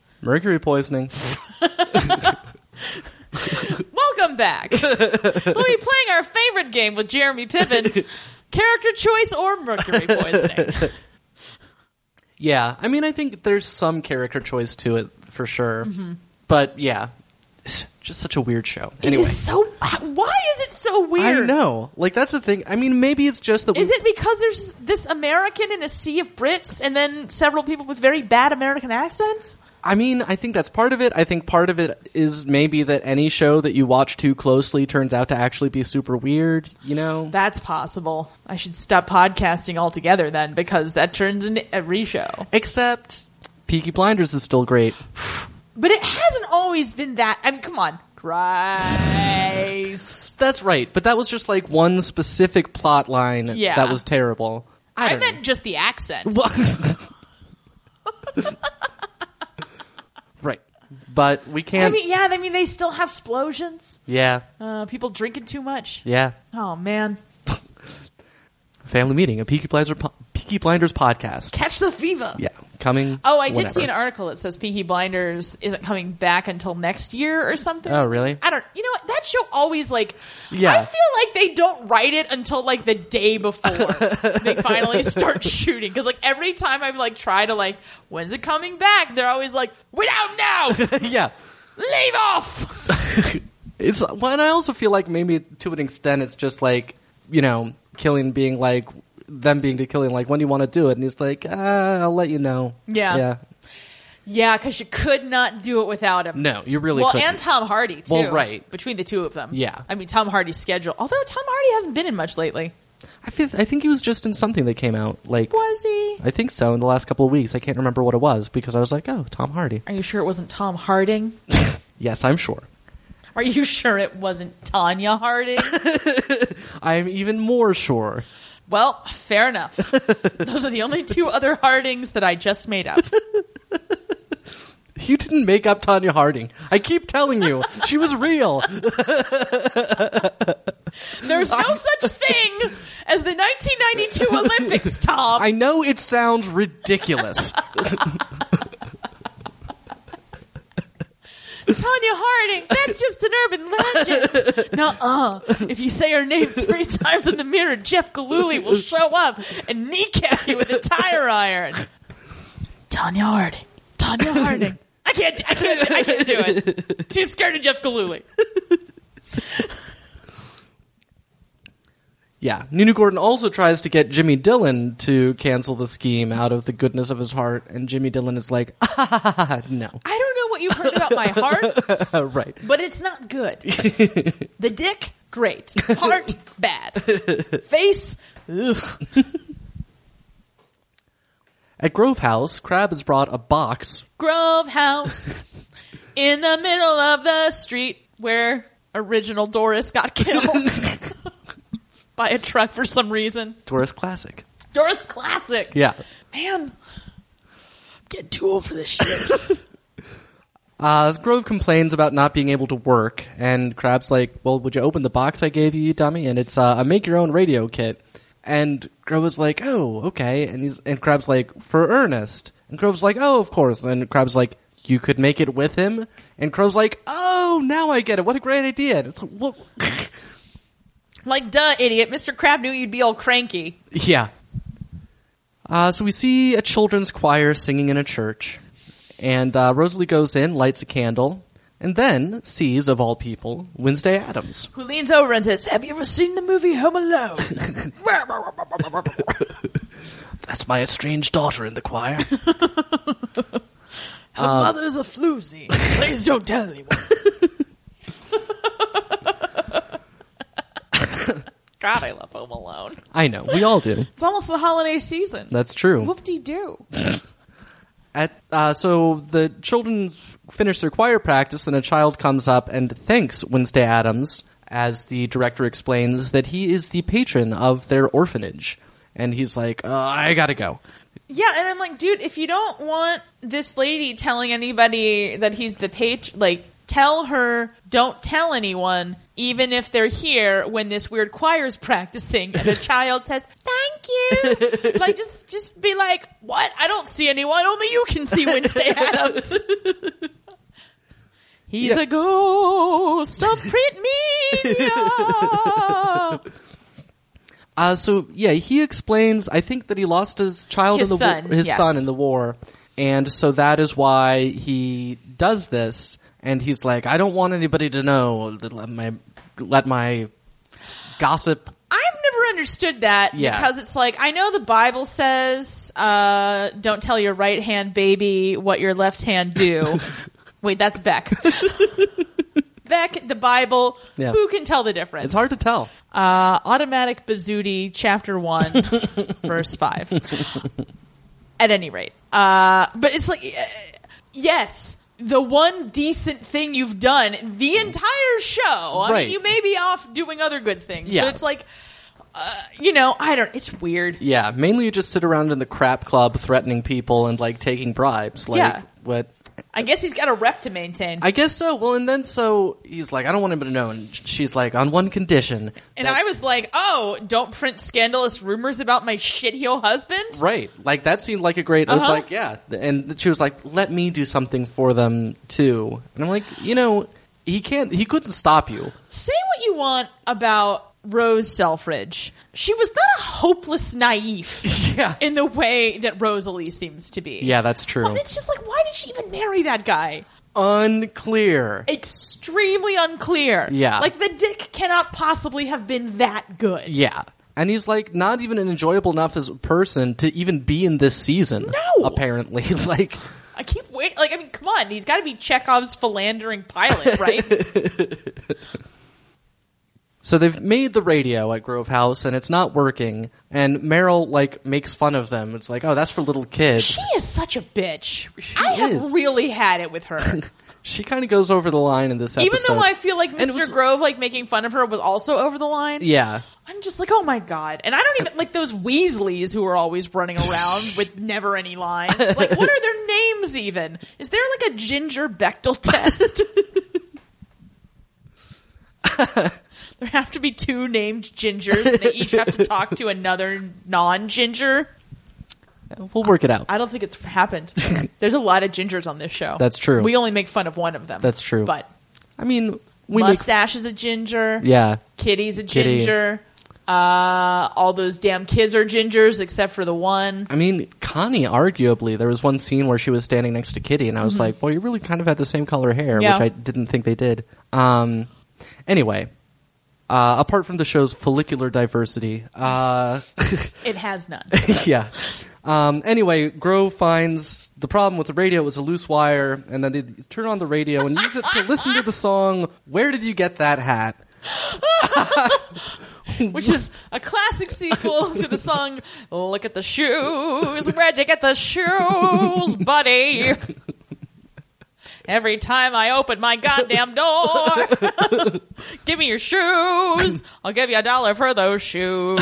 S2: Mercury poisoning.
S1: Welcome back. we'll be playing our favorite game with Jeremy Piven. character choice or mercury poisoning.
S2: Yeah, I mean, I think there's some character choice to it for sure, but yeah, it's just such a weird show. Anyway,
S1: Mm-hmm. It is so uh, why is it so weird?
S2: I know, like that's the thing. I mean, maybe it's just that.
S1: Is
S2: we,
S1: it because there's this American in a sea of Brits and then several people with very bad American accents?
S2: I mean, I think that's part of it. I think part of it is maybe that any show that you watch too closely turns out to actually be super weird. You know?
S1: That's possible. I should stop podcasting altogether then because that turns into every show.
S2: Except Peaky Blinders is still great.
S1: But it hasn't always been that. I mean, come on. Christ.
S2: That's right, but that was just like one specific plot line
S1: Yeah.
S2: that was terrible. I,
S1: I,
S2: don't
S1: meant just the accent.
S2: Well- right. But we
S1: I
S2: can't.
S1: mean, yeah, I mean, they still have explosions.
S2: yeah.
S1: Uh, people drinking too much.
S2: Yeah.
S1: Oh man,
S2: Family meeting, a Peaky Blinders, po- Peaky Blinders podcast.
S1: catch the fever.
S2: Yeah. Coming.
S1: Oh, I did see an
S2: whenever.
S1: article that says Peaky Blinders isn't coming back until next year or something.
S2: Oh, really?
S1: I don't. You know what? That show always like.
S2: Yeah.
S1: I feel like they don't write it until like the day before they finally start shooting because like every time I've like tried to like when's it coming back, they're always like we don't know.
S2: yeah.
S1: Leave off.
S2: It's, well, and I also feel like maybe to an extent it's just like, you know, killing being like, "Ah, them being to killing, like, when do you want to do it? And he's like, uh, I'll let you know.
S1: Yeah.
S2: Yeah.
S1: Yeah, because you could not do it without him.
S2: No, you really
S1: well,
S2: couldn't.
S1: and Tom Hardy too.
S2: Well, right.
S1: between the two of them.
S2: Yeah.
S1: I mean Tom Hardy's schedule. Although Tom Hardy hasn't been in much lately,
S2: I feel I think he was just in something that came out like
S1: was he?
S2: I think so in the last couple of weeks. I can't remember what it was because I was like, "Oh, Tom Hardy."
S1: Are you sure it wasn't Tom Harding?
S2: Yes, I'm sure.
S1: Are you sure it wasn't Tanya Harding?
S2: I'm even more sure.
S1: well, fair enough. Those are the only two other Hardings that I just made up.
S2: You didn't make up Tanya Harding. I keep telling you, she was real.
S1: There's no such thing as the 1992 Olympics, Tom.
S2: I know it sounds ridiculous.
S1: Tanya Harding, that's just an urban legend. no, uh, if you say her name three times in the mirror, Jeff Galooly will show up and kneecap you with a tire iron. Tanya Harding, Tanya Harding. I can't, I can't, I can't do it. Too scared of Jeff Galooly.
S2: Yeah. Nunu Gordon also tries to get Jimmy Dillon to cancel the scheme out of the goodness of his heart, and Jimmy Dillon is like, "Ah, no.
S1: I don't know what you've heard about my heart,
S2: right.
S1: but it's not good. The dick, great. Heart, bad. Face, ugh.
S2: At Grove House, Crab has brought a box.
S1: Grove House in the middle of the street where original Doris got killed by a truck for some reason.
S2: Doris Classic.
S1: Doris classic.
S2: Yeah.
S1: Man, I'm getting too old for this shit.
S2: Uh, Grove complains about not being able to work, and Crab's like, "Well, would you open the box I gave you, you dummy?" And it's uh, a make-your-own radio kit. And Grove is like, "Oh, okay." And he's and Crab's like, "For Ernest." And Grove's like, "Oh, of course." And Crab's like, "You could make it with him." And Crow's like, "Oh, now I get it. What a great idea!" And it's like, "What?"
S1: like, duh, idiot. Mr. Crab knew you'd be all cranky.
S2: yeah. Uh, so we see a children's choir singing in a church, and uh, Rosalie goes in, lights a candle, and then sees, of all people, Wednesday Adams.
S1: Who leans over and says, Have you ever seen the movie Home Alone?
S2: That's my estranged daughter in the choir.
S1: Her
S2: Um,
S1: mother's a floozy. Please don't tell anyone. God, I love Home Alone.
S2: I know, we all do.
S1: It's almost the holiday season.
S2: That's true.
S1: Whoop de doo.
S2: At, uh, so the children f- finish their choir practice, and a child comes up and thanks Wednesday Adams, as the director explains that he is the patron of their orphanage. And he's like, uh, I gotta go.
S1: Yeah, and I'm like, dude, if you don't want this lady telling anybody that he's the page, like, tell her, don't tell anyone, even if they're here when this weird choir's practicing and the child says, thank you. like, just, just be like, what? I don't see anyone. Only you can see Wednesday Adams. He's
S2: Yeah.
S1: a ghost of print media.
S2: Uh, so yeah, he explains. I think that he lost his child
S1: His
S2: in the wa-
S1: son,
S2: his
S1: yes.
S2: son in the war, and so that is why he does this. And he's like, I don't want anybody to know. that Let my let my gossip.
S1: I've never understood that
S2: Yeah.
S1: because it's like I know the Bible says, uh, "Don't tell your right hand baby what your left hand do." Wait, that's Beck. Beck, the Bible.
S2: Yeah.
S1: Who can tell the difference?
S2: It's hard to tell.
S1: Uh, automatic Bazooty, chapter one, verse five. At any rate, uh, but it's like, uh, yes, the one decent thing you've done the entire show. I
S2: Right.
S1: mean, you may be off doing other good things,
S2: Yeah.
S1: but it's like, uh, you know, I don't. It's weird.
S2: Yeah, mainly you just sit around in the crap club, threatening people and like taking bribes. Like
S1: Yeah.
S2: what?
S1: I guess he's got a rep to maintain,
S2: I guess so. Well, and then so he's like, I don't want anybody to know. And she's like, on one condition.
S1: and
S2: that-
S1: I was like, oh, don't print scandalous rumors about my shitheel husband.
S2: Right. Like that seemed like a great. I was
S1: Uh-huh.
S2: like, yeah. And she was like, let me do something for them too. And I'm like, you know, he can't. He couldn't stop you.
S1: Say what you want about Rose Selfridge. She was not a hopeless naive
S2: Yeah.
S1: in the way that Rosalie seems to be.
S2: Yeah, that's true.
S1: And it's just like, why did she even marry that guy?
S2: Unclear.
S1: Extremely unclear.
S2: Yeah.
S1: Like, the dick cannot possibly have been that good.
S2: Yeah. And he's like not even an enjoyable enough as a person to even be in this season.
S1: No!
S2: Apparently, like
S1: I keep waiting. Like, on. He's got to be Chekhov's philandering pilot, right?
S2: So they've made the radio at Grove House and it's not working. And Meryl like makes fun of them. It's like, oh, that's for little kids.
S1: she is such a bitch. I
S2: is.
S1: have really had it with her.
S2: She kind of goes over the line in this episode.
S1: Even though I feel like
S2: it
S1: Mr.
S2: was-
S1: Grove like making fun of her was also over the line.
S2: yeah,
S1: I'm just like, oh my god! And I don't even like those Weasleys who are always running around with never any lines. Like, what are their names even? Is there like a Ginger Bechtel test? there have to be two named Gingers, and they each have to talk to another non-Ginger.
S2: we'll work it out.
S1: I don't think it's happened. There's a lot of Gingers on this show.
S2: That's true.
S1: We only make fun of one of them.
S2: That's true.
S1: But
S2: I mean, we make
S1: mustache is a Ginger.
S2: yeah.
S1: Kitty's a
S2: Kitty.
S1: ginger. Uh, all those damn kids are gingers except for the one.
S2: I mean, Connie, arguably, there was one scene where she was standing next to Kitty, and I was like, well, you really kind of had the same color hair,
S1: Mm-hmm. Yeah.
S2: which I didn't think they did. Um, anyway, uh, apart from the show's follicular diversity, uh,
S1: It has none.
S2: yeah. Um, anyway, Grove finds the problem with the radio was a loose wire, and then they turn on the radio and use it to listen to the song "Where Did You Get That Hat?"
S1: Which is a classic sequel to the song Look at the Shoes. Where'd you get the shoes, buddy? Every time I open my goddamn door, give me your shoes. I'll give you a dollar for those shoes.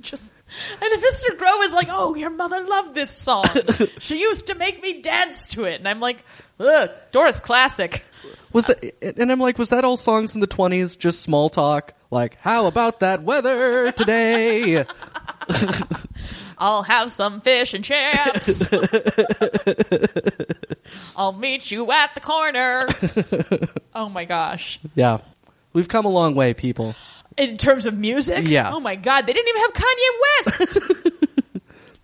S1: Just and then Mr. Grove is like, "Oh, your mother loved this song. She used to make me dance to it." And I'm like, "Look, Doris classic."
S2: Was that, and I'm like, was that all songs in the 20s? Just small talk, like "How about that weather today?"
S1: I'll have some fish and chips. I'll meet you at the corner. oh my gosh.
S2: yeah, we've come a long way, people.
S1: In terms of music?
S2: Yeah.
S1: Oh my god, they didn't even have Kanye West.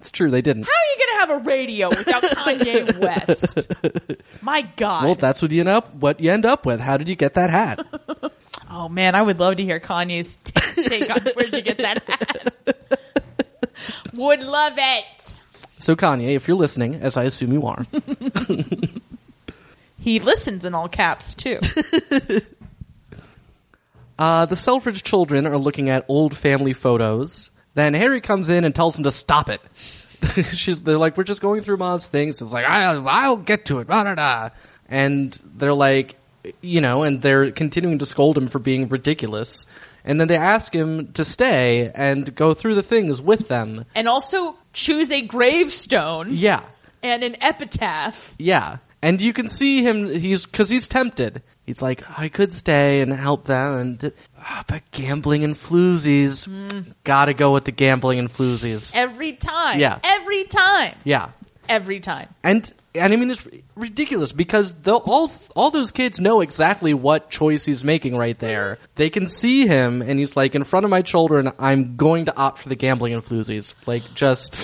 S2: It's true, they didn't.
S1: How are you going to have a radio without Kanye West? My god.
S2: Well, that's what you end up. What you end up with? How did you get that hat?
S1: oh man, I would love to hear Kanye's t- take on where'd you get that hat. would love it.
S2: so, Kanye, if you're listening, as I assume you are,
S1: He listens in all caps too.
S2: Uh, the Selfridge children are looking at old family photos. Then Harry comes in and tells them to stop it. She's, they're like, we're just going through mom's things. It's like, I'll, I'll get to it. Blah, blah, blah. And they're like, you know, and they're continuing to scold him for being ridiculous. And then they ask him to stay and go through the things with them.
S1: And also choose a gravestone
S2: Yeah.
S1: and an epitaph.
S2: Yeah. And you can see him, he's, cause he's tempted. He's like, I could stay and help them and, ah, but gambling and floozies. Gotta go with the gambling and floozies.
S1: every time.
S2: Yeah.
S1: Every time.
S2: Yeah.
S1: Every time.
S2: And, and I mean, it's ridiculous because the, all, all those kids know exactly what choice he's making right there. They can see him and he's like, in front of my children, I'm going to opt for the gambling and floozies. Like, just,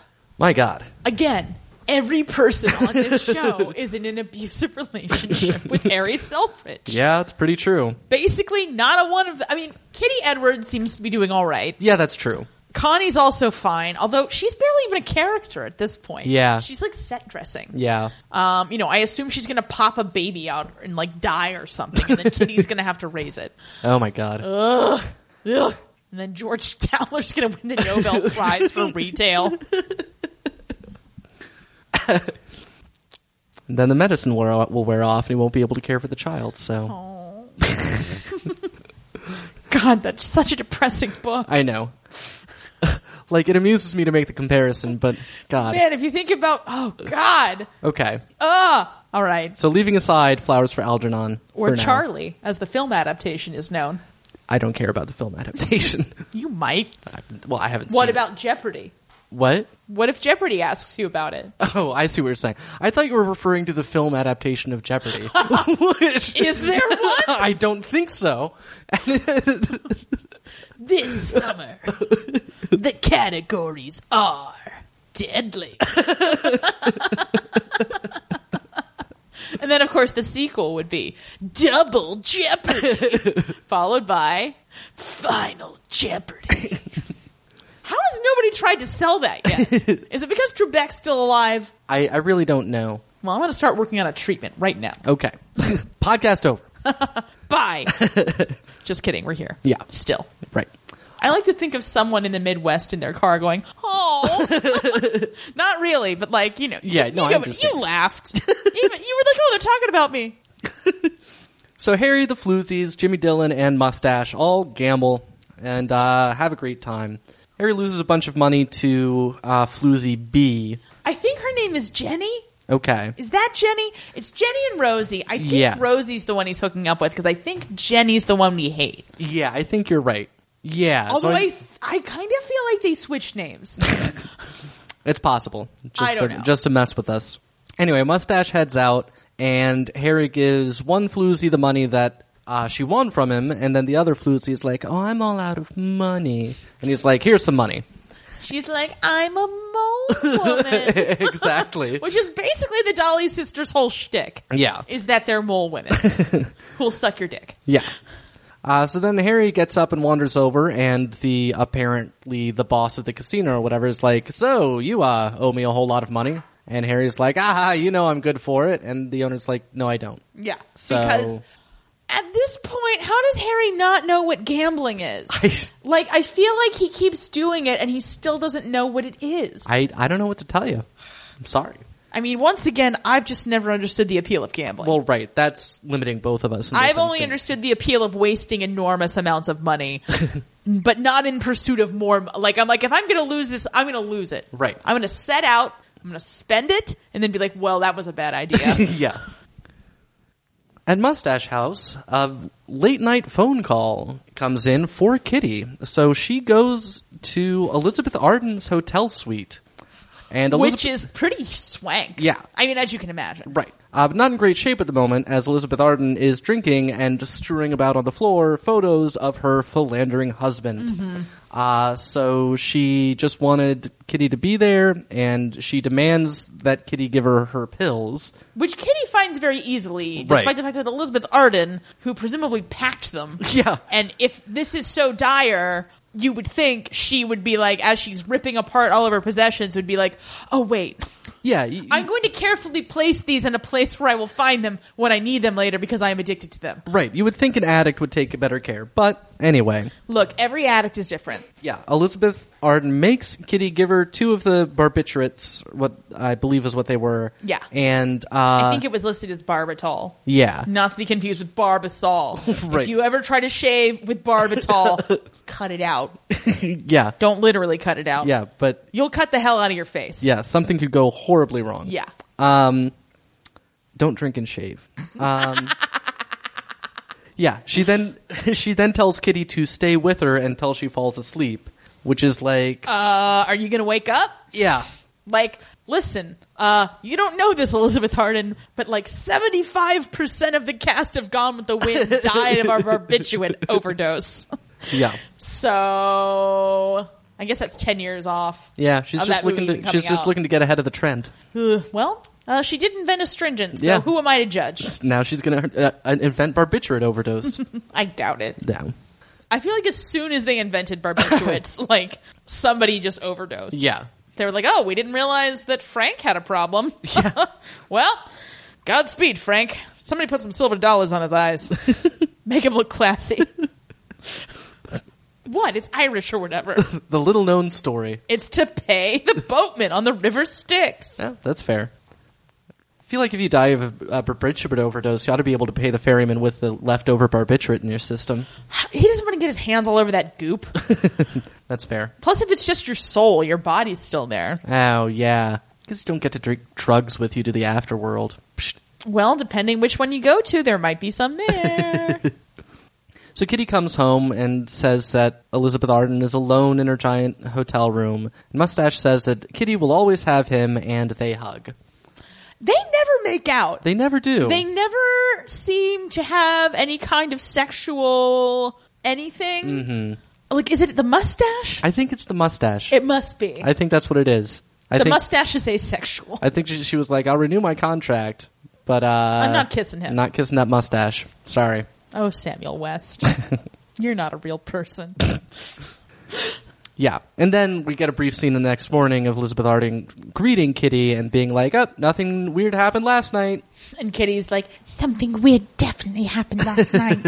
S2: my God.
S1: Again, every person on this show is in an abusive relationship with Harry Selfridge.
S2: Yeah, it's pretty true.
S1: Basically, not a one of the, I mean, Kitty Edwards seems to be doing all right.
S2: Yeah, that's true.
S1: Connie's also fine, although she's barely even a character at this point.
S2: Yeah.
S1: She's like set dressing.
S2: Yeah.
S1: Um, you know, I assume she's going to pop a baby out and like die or something, and then Kitty's going to have to raise it.
S2: Oh my God.
S1: Ugh. And then George Towler's going to win the Nobel Prize for retail.
S2: then the medicine will, will wear off and he won't be able to care for the child. So
S1: God, that's such a depressing book.
S2: I know. like it amuses me to make the comparison, but God.
S1: Man, if you think about, oh God,
S2: Okay.
S1: ugh. All right,
S2: So leaving aside Flowers for Algernon
S1: or
S2: for now,
S1: Charlie, as the film adaptation is known.
S2: I don't care about the film adaptation.
S1: You might.
S2: I- well, I haven't.
S1: What
S2: seen it.
S1: about Jeopardy?
S2: what?
S1: What if Jeopardy asks you about it?
S2: Oh, I see what you're saying. I thought you were referring to the film adaptation of Jeopardy. Which,
S1: Is there one
S2: I don't think so.
S1: this summer? The categories are deadly. and then, of course, the sequel would be Double Jeopardy, followed by Final Jeopardy. How has nobody tried to sell that yet? Is it because Trebek's still alive?
S2: I, I really don't know.
S1: Well, I'm going to start working on a treatment right now.
S2: Okay. Podcast over.
S1: Bye. Just kidding. We're here.
S2: Yeah.
S1: Still.
S2: Right.
S1: I like to think of someone in the Midwest in their car going, "Oh, not really," but like you know,
S2: Yeah,
S1: you,
S2: no, I
S1: you,
S2: understand.
S1: you laughed. Even you were like, "Oh, they're talking about me."
S2: So Harry the Floozies, Jimmy Dillon, and Mustache all gamble and uh, have a great time. Harry loses a bunch of money to uh, Floozy B.
S1: I think her name is Jenny.
S2: Okay.
S1: Is that Jenny? It's Jenny and Rosie. I think
S2: Yeah.
S1: Rosie's the one he's hooking up with because I think Jenny's the one we hate.
S2: Yeah, I think you're right. Yeah. so
S1: Although
S2: I-
S1: I, I kind of feel like they switched names.
S2: It's possible. Just
S1: don't
S2: to,
S1: know.
S2: Just to mess with us. Anyway, Mustache heads out, and Harry gives one floozy the money that uh, she won from him, and then the other floozy is like, "Oh, I'm all out of money," and he's like, "Here's some money."
S1: She's like, I'm a mole woman.
S2: exactly.
S1: Which is basically the Dolly sisters' whole shtick.
S2: Yeah.
S1: Is that they're mole women who'll suck your dick.
S2: Yeah. Uh, so then Harry gets up and wanders over, and the apparently the boss of the casino or whatever is like, "So you uh, owe me a whole lot of money," and Harry's like, "Ah, you know I'm good for it," and the owner's like, "No, I don't."
S1: Yeah.
S2: So-
S1: Because at this point, how does Harry not know what gambling is? like, I feel like he keeps doing it and he still doesn't know what it is.
S2: I I don't know what to tell you. I'm sorry.
S1: I mean, once again, I've just never understood the appeal of gambling.
S2: Well, right. That's limiting both of us. in this
S1: I've only
S2: instance.
S1: understood the appeal of wasting enormous amounts of money, but not in pursuit of more. Like, I'm like, if I'm going to lose this, I'm going to lose it.
S2: Right.
S1: I'm going to set out, I'm going to spend it, and then be like, well, that was a bad idea.
S2: yeah. At Mustache House, a late night phone call comes in for Kitty. So she goes to Elizabeth Arden's hotel suite, and Elizabeth
S1: Which is pretty swank.
S2: Yeah.
S1: I mean, as you can imagine.
S2: right, uh, but not in great shape at the moment, as Elizabeth Arden is drinking and strewing about on the floor photos of her philandering husband. Uh, so she just wanted Kitty to be there, and she demands that Kitty give her her pills.
S1: Which Kitty finds very easily, despite
S2: Right.
S1: the fact that Elizabeth Arden, who presumably packed them,
S2: Yeah.
S1: and if this is so dire, you would think she would be like, as she's ripping apart all of her possessions, would be like, oh wait,
S2: Yeah, y-
S1: I'm going to carefully place these in a place where I will find them when I need them later because I am addicted to them.
S2: Right. You would think an addict would take better care, but anyway.
S1: Look, every addict is different.
S2: Yeah, Elizabeth Arden makes Kitty give her two of the barbiturates, what I believe is what they were.
S1: Yeah.
S2: And uh,
S1: I think it was listed as barbitol.
S2: yeah,
S1: Not to be confused with barbasol.
S2: Right.
S1: If you ever try to shave with barbitol, cut it out.
S2: yeah,
S1: Don't literally cut it out.
S2: yeah. But
S1: You'll cut the hell out of your face.
S2: yeah, something could go horribly wrong.
S1: Yeah.
S2: Um, don't drink and shave. Um, yeah. She then she then tells Kitty to stay with her until she falls asleep, which is like
S1: Uh, are you going to wake up?
S2: yeah.
S1: Like, listen, uh, you don't know this, Elizabeth Harden, but like 75% of the cast of Gone with the Wind died of our barbiturate overdose.
S2: Yeah.
S1: So I guess that's ten years off.
S2: Yeah, she's
S1: Of
S2: just
S1: that
S2: looking
S1: movie
S2: to
S1: coming
S2: she's just
S1: out.
S2: looking to get ahead of the trend.
S1: Ugh, well, uh, she did invent astringent, so
S2: Yeah.
S1: who am I to judge?
S2: Now she's going to uh, invent barbiturate overdose.
S1: I doubt it.
S2: Down.
S1: I feel like as soon as they invented barbiturates, like somebody just overdosed.
S2: Yeah.
S1: They were like, "Oh, we didn't realize that Frank had a problem."
S2: Yeah.
S1: well, Godspeed, Frank. Somebody put some silver dollars on his eyes, make him look classy. what? It's Irish or whatever.
S2: the little known story.
S1: It's to pay the boatman on the River Styx.
S2: Yeah, that's fair. I feel like if you die of a, a barbiturate overdose, you ought to be able to pay the ferryman with the leftover barbiturate in your system.
S1: He doesn't want to get his hands all over that goop.
S2: That's fair.
S1: Plus, if it's just your soul, your body's still there.
S2: Oh, yeah. Because you don't get to drink drugs with you to the afterworld. Psht.
S1: Well, depending which one you go to, there might be some there.
S2: So Kitty comes home and says that Elizabeth Arden is alone in her giant hotel room. Mustache says that Kitty will always have him, and they hug.
S1: they never make out. They,
S2: They never do.
S1: never seem to have any kind of sexual anything. Like, is it the mustache?
S2: Mm-hmm. I think it's the mustache.
S1: it must be.
S2: I think that's what it is. I
S1: the
S2: think
S1: mustache is asexual.
S2: I think she, she was like, "I'll renew my contract, but uh, I'm
S1: not kissing him."
S2: Not kissing that mustache. Sorry."
S1: oh, Samuel West. You're not a real person.
S2: Yeah. And then we get a brief scene the next morning of Elizabeth Arden greeting Kitty and being like, oh, nothing weird happened last night.
S1: And Kitty's like, something weird definitely happened last night.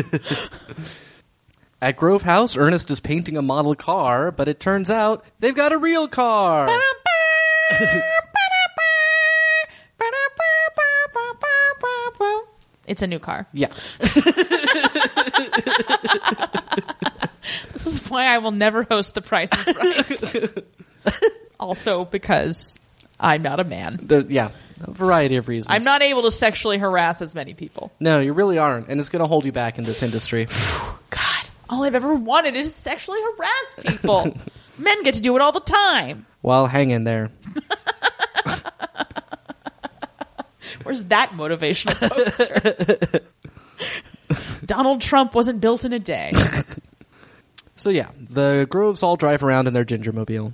S2: At Grove House, Ernest is painting a model car, but it turns out they've got a real car.
S1: It's a new car.
S2: Yeah.
S1: This is why I will never host The Price is Right. also because I'm not a man.
S2: There- yeah. A variety of reasons.
S1: I'm not able to sexually harass as many people.
S2: no, you really aren't. And it's going to hold you back in this industry.
S1: God, all I've ever wanted is to sexually harass people. Men get to do it all the time.
S2: Well, hang in there.
S1: Where's that motivational poster? Donald Trump wasn't built in a day.
S2: So, yeah, the Groves all drive around in their gingermobile.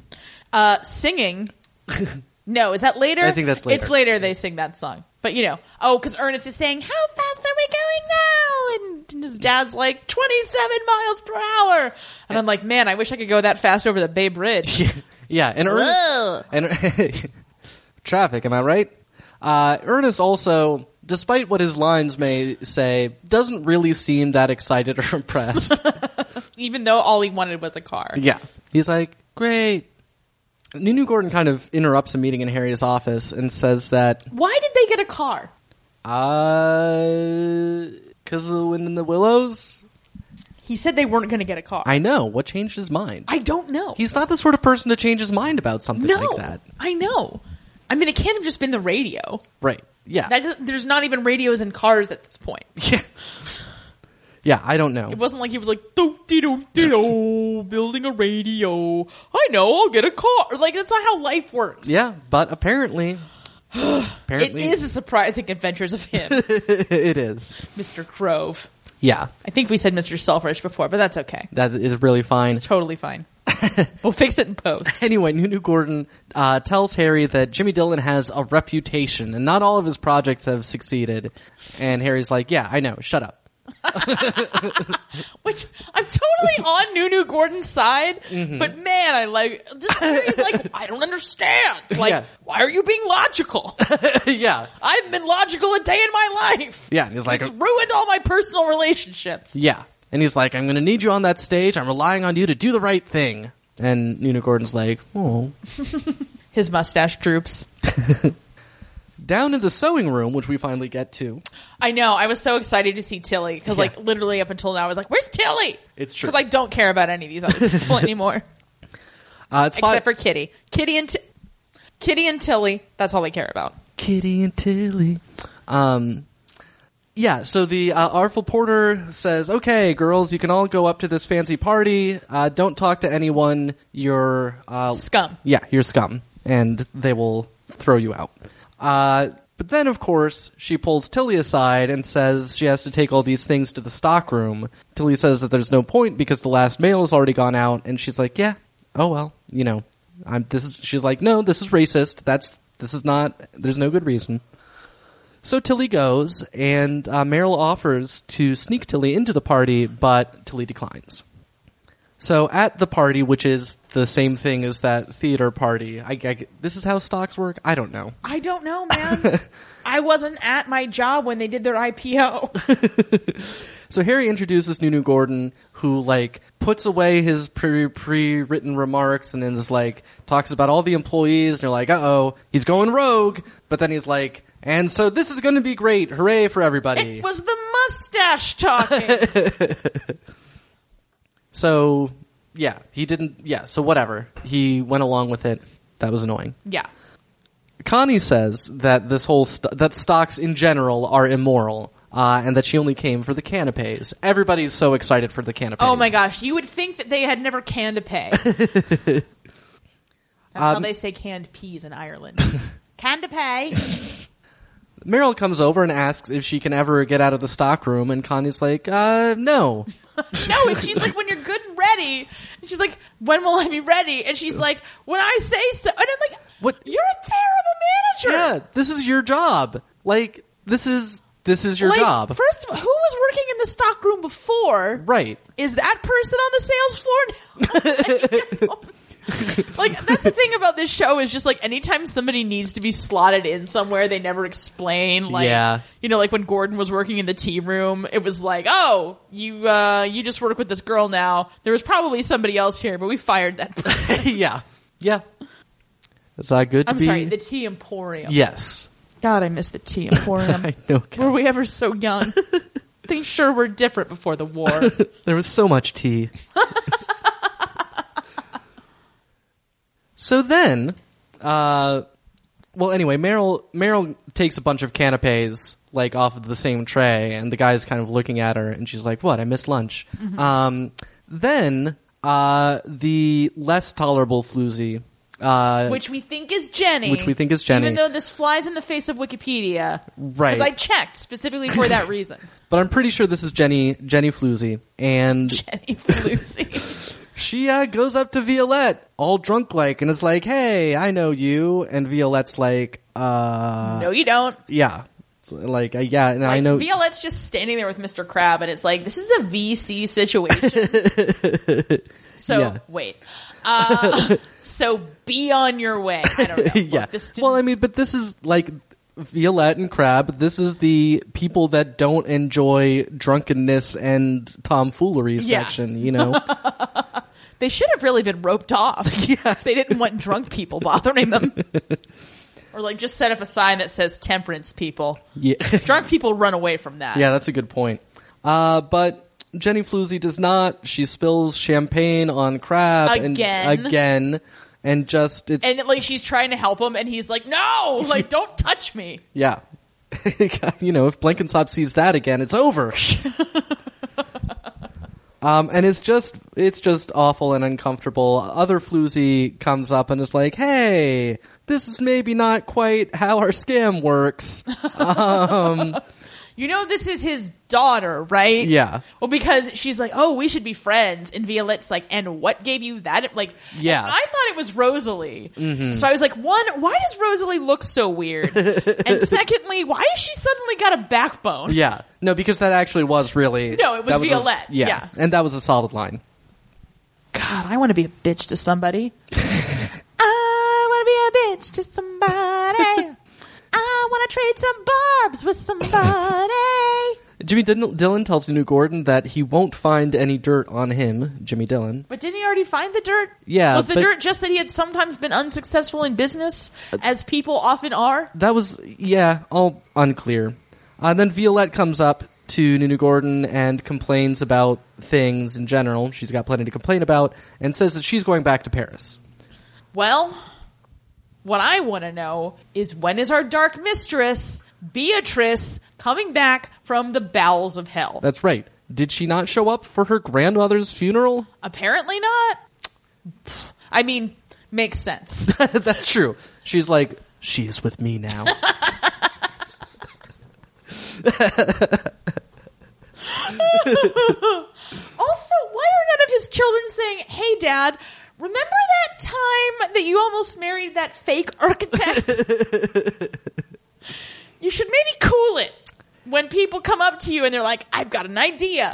S1: Uh, singing. No, is that later?
S2: I think that's later.
S1: It's later they sing that song. But you know, oh, because Ernest is saying, "How fast are we going now?" And his dad's like, "27 miles per hour." And I'm like, "Man, I wish I could go that fast over the Bay Bridge."
S2: Yeah, and Ernest.
S1: Whoa.
S2: And traffic, am I right? Uh, Ernest also, despite what his lines may say, doesn't really seem that excited or impressed.
S1: Even though all he wanted was a car.
S2: yeah. He's like, great. Nunu Gordon kind of interrupts a meeting in Harry's office and says that,
S1: Why did they get a car?
S2: uh, because of the wind in the willows?
S1: He said they weren't going to get a car.
S2: I know. What changed his mind?
S1: I don't know.
S2: He's not the sort of person to change his mind about something
S1: no,
S2: like that.
S1: I know. I mean, it can't have just been the radio.
S2: Right. Yeah.
S1: That doesn't- there's not even radios in cars at this point.
S2: yeah. Yeah, I don't know.
S1: It wasn't like he was like do dee do dee do building a radio. I know, I'll get a car. Like that's not how life works.
S2: Yeah, but apparently,
S1: it
S2: apparently,
S1: is a surprising adventures of him,
S2: it is.
S1: Mr. Crove.
S2: Yeah,
S1: I think we said Mr. Selfridge before, but that's okay.
S2: that is really fine.
S1: It's totally fine. we'll fix it in post.
S2: Anyway, Nunu Gordon uh, tells Harry that Jimmy Dillon has a reputation, and not all of his projects have succeeded. And Harry's like, "Yeah, I know. Shut up."
S1: Which I'm totally on Nunu Gordon's side,
S2: Mm-hmm.
S1: but man, I like just he's like, I don't understand. Like,
S2: Yeah.
S1: why are you being logical?
S2: yeah,
S1: I haven't been logical a day in my life.
S2: Yeah, and he's like- "Uh,
S1: it's ruined all my personal relationships.
S2: yeah. And he's like, "I'm going to need you on that stage. I'm relying on you to do the right thing." And Nunu Gordon's like, "Oh."
S1: His mustache droops.
S2: Down in the sewing room, which we finally get to.
S1: I know. I was so excited to see Tilly because, like,
S2: Yeah.
S1: literally up until now, I was like, "Where's Tilly?"
S2: It's true.
S1: because I don't care about any of these other people anymore,
S2: Uh, it's
S1: except
S2: fi-
S1: for Kitty, Kitty and T- Kitty and Tilly. That's all I care about.
S2: Kitty and Tilly. Um, yeah, so the uh, Artful Porter says, okay, girls, you can all go up to this fancy party. Uh, don't talk to anyone. You're. Uh,
S1: Scum.
S2: yeah, you're scum. And they will throw you out. Uh, but then, of course, she pulls Tilly aside and says she has to take all these things to the stockroom. Tilly says that there's no point because the last mail has already gone out. And she's like, yeah, oh well, you know. I'm, this is, she's like, no, this is racist. That's this is not. There's no good reason. So Tilly goes, and uh, Meryl offers to sneak Tilly into the party, but Tilly declines. So at the party, which is the same thing as that theater party, I, I- this is how stocks work. I don't know.
S1: I don't know, man. I wasn't at my job when they did their IPO.
S2: So Harry introduces Nunu Gordon, who like puts away his pre pre written remarks and then is like talks about all the employees, and you're like, uh oh, he's going rogue. But then he's like, and so this is going to be great, hooray for everybody.
S1: it was the mustache talking.
S2: So yeah, he didn't. Yeah, so whatever. He went along with it. That was annoying.
S1: yeah,
S2: Connie says that this whole st- that stocks in general are immoral, uh, and that she only came for the canapes. Everybody's so excited for the canapes.
S1: Oh my gosh, you would think that they had never canned a pay. That's
S2: Um,
S1: how they say canned peas in Ireland. canned a pay.
S2: Meryl comes over and asks if she can ever get out of the stockroom, and Connie's like, "Uh, no."
S1: No, and she's like, when you're good and ready. And she's like, when will I be ready? And she's like, when I say so. And I'm like,
S2: What-
S1: You're a terrible
S2: yeah,
S1: manager.
S2: this is your job. Like this is this is your
S1: Like,
S2: job,
S1: First of all, who was working in the stockroom before?
S2: right?
S1: Is that person on the sales floor now? that's the thing about this show is just like anytime somebody needs to be slotted in somewhere, they never explain. Like,
S2: Yeah.
S1: you know, like when Gordon was working in the tea room, it was like, oh, you uh, you just work with this girl now. There was probably somebody else here, but we fired that. person.
S2: yeah, yeah. It's uh, good to
S1: I'm
S2: be.
S1: sorry, the tea emporium.
S2: yes,
S1: God, I miss the tea emporium.
S2: I know.
S1: Were we ever so young? Things sure were different before the war.
S2: There was so much tea. so then, uh, well, anyway, Meryl Meryl takes a bunch of canapes like off of the same tray, and the guy's kind of looking at her, and she's like, "What? I missed lunch." Um, then uh, the less tolerable floozy. Uh,
S1: which we think is Jenny.
S2: Which we think is Jenny.
S1: Even though this flies in the face of Wikipedia.
S2: Right.
S1: Because I checked specifically for that reason.
S2: but I'm pretty sure this is Jenny Jenny Floozy, and
S1: Jenny Lucy.
S2: she uh, goes up to Violette, all drunk like, and is like, "Hey, I know you." And Violette's like, "Uh,
S1: no, you don't.
S2: yeah, So, like, uh, yeah." And I know,
S1: Violette's just standing there with Mr. Crab, and it's like, this is a VC situation. so,
S2: Yeah.
S1: wait. Uh, so, be on your way. I don't know.
S2: yeah.
S1: Look, this didn't-
S2: well, I mean, but this is like Violette and Crab. This is the people that don't enjoy drunkenness and tomfoolery
S1: Yeah.
S2: section. You know,
S1: they should have really been roped off if they didn't want drunk people bothering them. or, like, just set up a sign that says temperance people.
S2: yeah.
S1: Drunk people run away from that.
S2: Yeah, that's a good point. Uh, but Jenny Floozy does not. She spills champagne on crab and-
S1: Again.
S2: again, and just it's
S1: and like she's trying to help him, and he's like, "No, like don't touch me."
S2: yeah. you know, if Blenkinsop sees that again, it's over. um, and it's just it's just awful and uncomfortable. Other Floozy comes up and is like, "Hey, this is maybe not quite how our scam works."
S1: You know this is his daughter, right?
S2: Yeah.
S1: Well, because she's like, "Oh, we should be friends," and Violette's like, "And what gave you that?" Like,
S2: Yeah. Mm-hmm.
S1: and I thought it was Rosalie, so I was like, "One, why does Rosalie look so weird?" and secondly, why has she suddenly got a backbone?
S2: Yeah. No, because that actually was really
S1: No, it was
S2: that a-
S1: Violette. Yeah.
S2: and that was a solid line.
S1: God, I want to be a bitch to somebody. I want to be a bitch to somebody. I want to trade some barbs with somebody.
S2: Jimmy Dil- Dillon tells New Gordon that he won't find any dirt on him, Jimmy Dillon.
S1: But didn't he already find the dirt?
S2: Yeah,
S1: Was the
S2: but-
S1: dirt just that he had sometimes been unsuccessful in business, as people often are?
S2: That was, yeah, all unclear. Uh, then Violette comes up to Nunu Gordon and complains about things in general. She's got plenty to complain about and says that she's going back to Paris.
S1: Well, what I want to know is when is our dark mistress, Beatrice, coming back from the bowels of hell?
S2: That's right. Did she not show up for her grandmother's funeral?
S1: Apparently not. Pfft, I mean, makes sense.
S2: That's true. She's like, she is with me now.
S1: Also, why are none of his children saying, "Hey, Dad, remember that time that you almost married that fake architect? you should maybe cool it." When people come up to you and they're like, "I've got an idea,"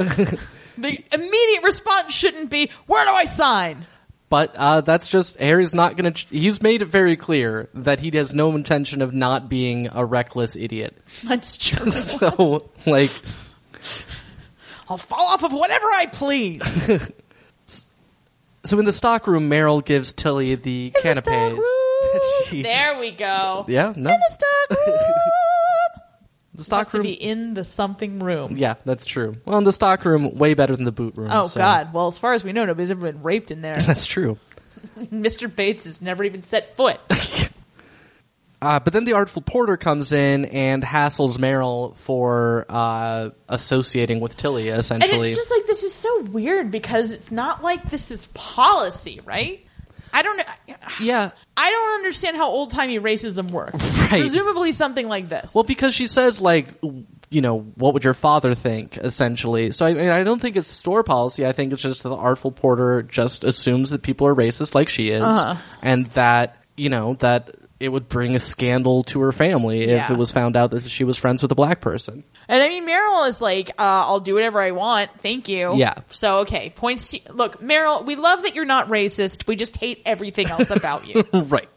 S1: the immediate response shouldn't be, "Where do I sign?"
S2: But uh, that's just Harry's not going to. He's made it very clear that he has no intention of not being a reckless idiot.
S1: That's true.
S2: So, like,
S1: I'll fall off of whatever I please.
S2: so in the stockroom, Meryl gives Tilly the canapes. that she-
S1: there we go.
S2: yeah, no,
S1: In the stock room.
S2: the
S1: Supposed to
S2: stockroom.
S1: be in the something room.
S2: Yeah, that's true. Well, in the stockroom, way better than the boot room.
S1: Oh
S2: so-
S1: God! Well, as far as we know, nobody's ever been raped in there.
S2: that's true.
S1: Mr. Bates has never even set foot.
S2: Uh, but then the artful porter comes in and hassles Meryl for uh, associating with Tilly.
S1: and
S2: Essentially,
S1: it's just like this is so weird because it's not like this is policy, right? I don't know.
S2: yeah.
S1: I don't understand how old timey racism works.
S2: Right.
S1: Presumably something like this.
S2: Well, because she says like, w- you know, what would your father think? Essentially, so I mean, I don't think it's store policy. I think it's just that the artful
S1: Uh-huh.
S2: porter just assumes that people are racist like she is, and that you know that it would bring a scandal to her family if
S1: Yeah.
S2: it was found out that she was friends with a black person.
S1: And I mean, Meryl is like, uh, I'll do whatever I want. Thank you.
S2: Yeah.
S1: So, okay. Points to, look, Meryl, we love that you're not racist. We just hate everything else about you.
S2: right.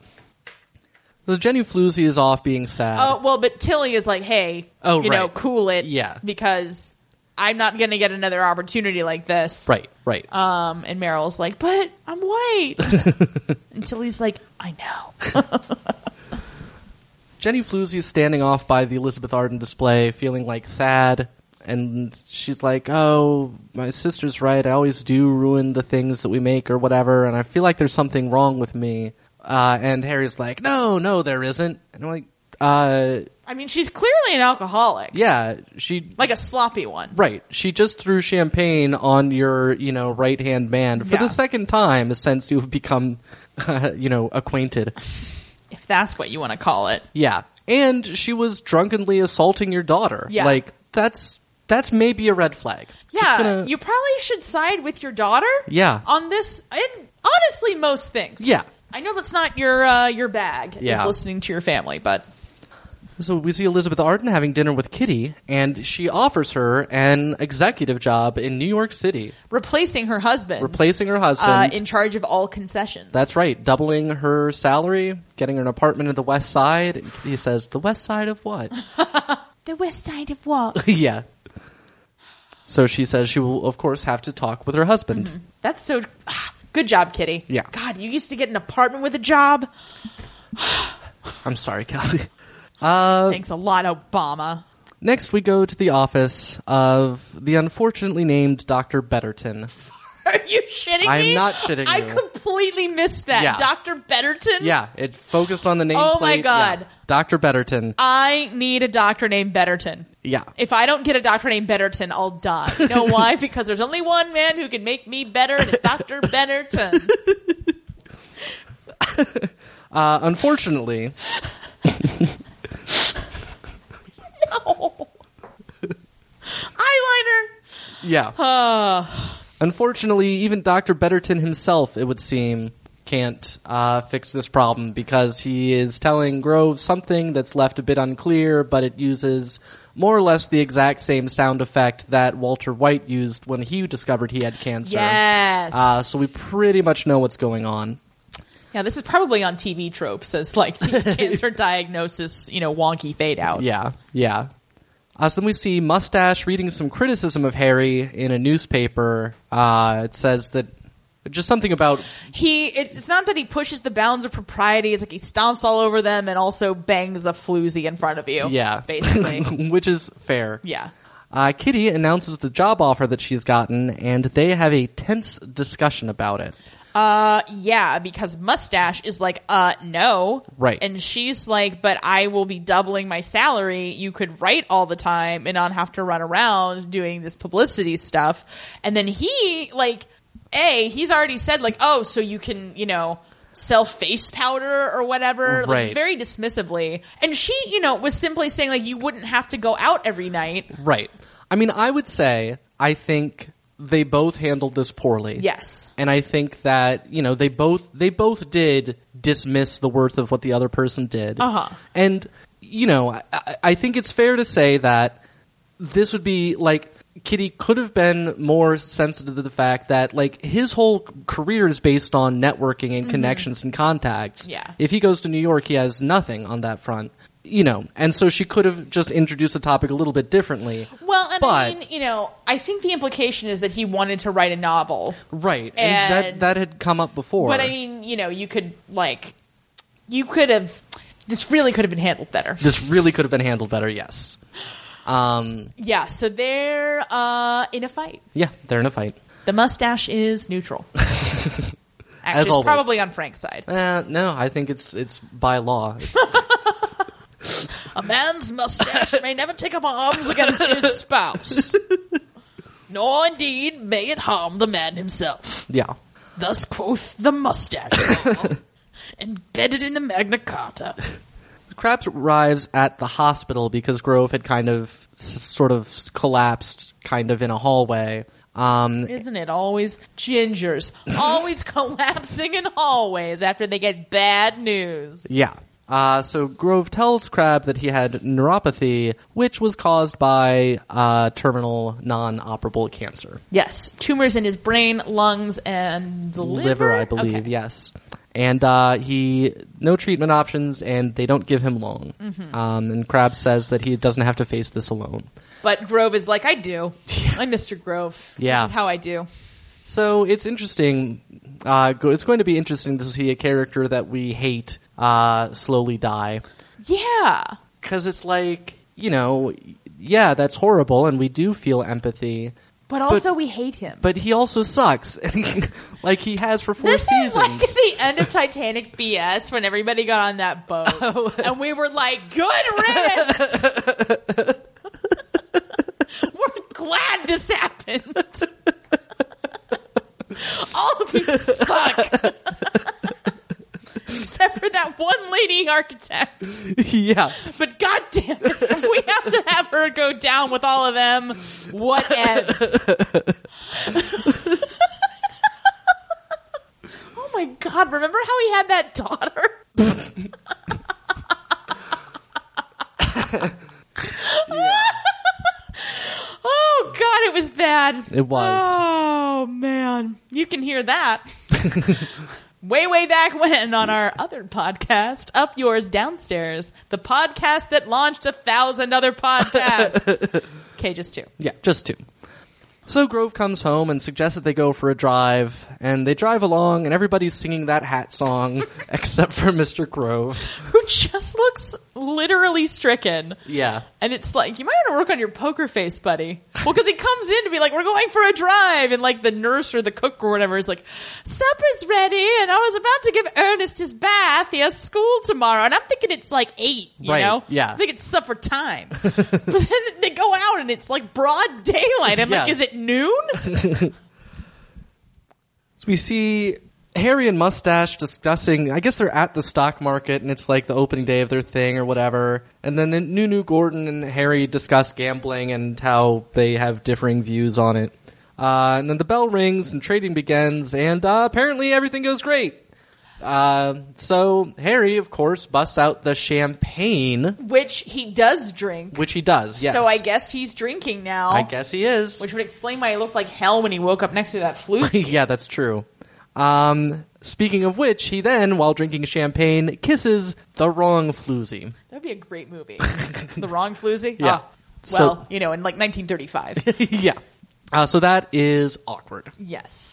S2: So Jenny Floozy is off being sad.
S1: Oh, well, but Tilly is like, hey,
S2: Oh,
S1: you know,
S2: right.
S1: cool it.
S2: Yeah.
S1: Because I'm not going to get another opportunity like this.
S2: Right, right.
S1: Um, and Meryl's like, but I'm white. and Tilly's like, I know.
S2: Jenny Floozy is standing off by the Elizabeth Arden display, feeling like sad, and she's like, "Oh, my sister's right. I always do ruin the things that we make or whatever, and I feel like there's something wrong with me." Uh, and Harry's like, "No, no, there isn't." And I'm like, "Uh,
S1: I mean, she's clearly an alcoholic,
S2: yeah, she."
S1: like a sloppy one.
S2: Right. She just threw champagne on your, you know, right hand man for
S1: Yeah.
S2: the second time since you've become, you know, acquainted.
S1: If that's what you want to call it.
S2: Yeah. And she was drunkenly assaulting your daughter.
S1: Yeah.
S2: Like that's that's maybe a red flag. Just
S1: Yeah,
S2: gonna-
S1: you probably should side with your daughter.
S2: Yeah.
S1: On this, and honestly, most things.
S2: Yeah.
S1: I know that's not your uh, your bag.
S2: Yeah.
S1: Is listening to your family, but
S2: so we see Elizabeth Arden having dinner with Kitty and she offers her an executive job in New York City,
S1: replacing her husband,
S2: replacing her husband.
S1: uh, in charge of all concessions.
S2: that's right, doubling her salary, getting her an apartment in the West Side. He says, "The West Side of what?"
S1: the west side of what?
S2: yeah. So she says she will of course have to talk with her husband.
S1: that's so. ah, good job, Kitty.
S2: Yeah.
S1: God, you used to get an apartment with a job.
S2: I'm sorry, Kelly. Uh,
S1: Thanks a lot, Obama.
S2: Next, we go to the office of the unfortunately named Dr. Betterton.
S1: Are you shitting
S2: I'm
S1: me?
S2: not shitting
S1: I
S2: you.
S1: completely missed that,
S2: Yeah.
S1: Doctor Betterton.
S2: Yeah, it focused on the name.
S1: Oh my God.
S2: Dr. Betterton.
S1: I need a doctor named Betterton.
S2: Yeah.
S1: If I don't get a doctor named Betterton, I'll die. You know why? Because there's only one man who can make me better, and it's Dr. Betterton.
S2: Uh, unfortunately,
S1: No. Eyeliner.
S2: yeah.
S1: Ah.
S2: Unfortunately, even Dr. Betterton himself, it would seem, can't uh, fix this problem because he is telling Grove something that's left a bit unclear, but it uses more or less the exact same sound effect that Walter White used when he discovered he had cancer.
S1: Yes.
S2: Uh, so we pretty much know what's going on.
S1: yeah, this is probably on TV tropes as like the cancer diagnosis, you know, wonky fade out.
S2: Yeah, yeah. Uh, so then we see Mustache reading some criticism of Harry in a newspaper. Uh, it says that just something about
S1: He it's, it's not that he pushes the bounds of propriety, it's like he stomps all over them and also bangs a floozy in front of you.
S2: yeah,
S1: Basically.
S2: which is fair.
S1: yeah.
S2: Uh, Kitty announces the job offer that she's gotten, and they have a tense discussion about it.
S1: Uh, yeah, because Mustache is like, uh, no.
S2: Right.
S1: And she's like, but I will be doubling my salary. You could write all the time and not have to run around doing this publicity stuff. And then he, like, A, he's already said, like, oh, so you can, you know, sell face powder or whatever. Like,
S2: Right.
S1: it's very dismissively. And she, you know, was simply saying, like, you wouldn't have to go out every night.
S2: Right. I mean, I would say I think they both handled this poorly.
S1: Yes.
S2: And I think that you know they both they both did dismiss the worth of what the other person did.
S1: Uh-huh.
S2: And you know, I- I, I think it's fair to say that this would be like Kitty could have been more sensitive to the fact that like his whole career is based on networking and connections and contacts.
S1: Mm-hmm. Yeah.
S2: If he goes to New York, he has nothing on that front. You know, and so she could have just introduced the topic a little bit differently.
S1: Well, and I
S2: But-
S1: mean, you know, I think the implication is that he wanted to write a novel.
S2: Right. And, that
S1: And-
S2: that had come up before.
S1: But I mean, you know, you could like, you could have. This really could have been handled better.
S2: this really could have been handled better, yes. Um,
S1: Yeah. So they're uh, in a fight.
S2: yeah, they're in a fight.
S1: The mustache is neutral. Actually,
S2: As
S1: it's
S2: always.
S1: probably on Frank's side.
S2: Uh, no, I think it's it's by law. It's-
S1: A man's mustache may never take up arms against his spouse, nor indeed may it harm the man himself.
S2: yeah.
S1: Thus quoth the mustache, law, embedded in the Magna Carta.
S2: Krabs arrives at the hospital because Grove had kind of s- sort of collapsed kind of in a hallway. Um,
S1: Isn't it always gingers always collapsing in hallways after they get bad news?
S2: yeah. Uh, so Grove tells Crab that he had neuropathy, which was caused by uh, terminal non-operable cancer.
S1: Yes, tumors in his brain, lungs, and the liver.
S2: I believe.
S1: Okay.
S2: Yes, and uh, he no treatment options, and they don't give him long.
S1: Mm-hmm.
S2: Um, and Crab says that he doesn't have to face this alone.
S1: But Grove is like, I do. I'm Mr. Grove.
S2: Yeah.
S1: This is how I do.
S2: So it's interesting. Uh, go- it's going to be interesting to see a character that we hate uh, slowly die
S1: Yeah.
S2: because it's like you know, yeah, that's horrible, and we do feel empathy.
S1: But also, we hate him.
S2: But he also sucks, like he has for four
S1: this
S2: seasons.
S1: is like the end of Titanic BS when everybody got on that boat
S2: Oh.
S1: and we were like, "Good riddance." we're glad this happened. All of you suck. Except for that one lady architect.
S2: yeah,
S1: But goddamn it, if we have to have her go down with all of them, what else? oh my god, remember how he had that daughter? oh god, it was bad.
S2: It was.
S1: Oh man. You can hear that. Way, way back when on our other podcast, Up Yours Downstairs, the podcast that launched a thousand other podcasts. okay, just two.
S2: Yeah, just two. So Grove comes home and suggests that they go for a drive, and they drive along, and everybody's singing that hat song except for Mr. Grove.
S1: Who just looks literally stricken.
S2: Yeah.
S1: And it's like, you might want to work on your poker face, buddy. Well, because he comes in to be like, we're going for a drive. And like the nurse or the cook or whatever is like, supper's ready. And I was about to give Ernest his bath. He has school tomorrow. And I'm thinking it's like eight, you
S2: Right,
S1: know?
S2: yeah.
S1: I think it's supper time. but then they go out and it's like broad daylight. I'm like,
S2: Yeah.
S1: is it noon?
S2: So we see Harry and Mustache discussing, I guess they're at the stock market, and it's like the opening day of their thing or whatever. And then Nunu Gordon and Harry discuss gambling and how they have differing views on it. Uh, and then the bell rings and trading begins, and uh, apparently everything goes great. Uh, so Harry, of course, busts out the champagne,
S1: Which he does drink.
S2: which he does. Yes.
S1: So I guess he's drinking now.
S2: I guess he is.
S1: Which would explain why he looked like hell when he woke up next to that flu
S2: yeah, that's true. Um, speaking of which, he then, while drinking champagne, kisses the wrong floozy.
S1: That'd be a great movie. the wrong floozy.
S2: Yeah.
S1: Ah,
S2: So-
S1: well, you know, in like 1935.
S2: yeah. Uh, so that is awkward.
S1: yes.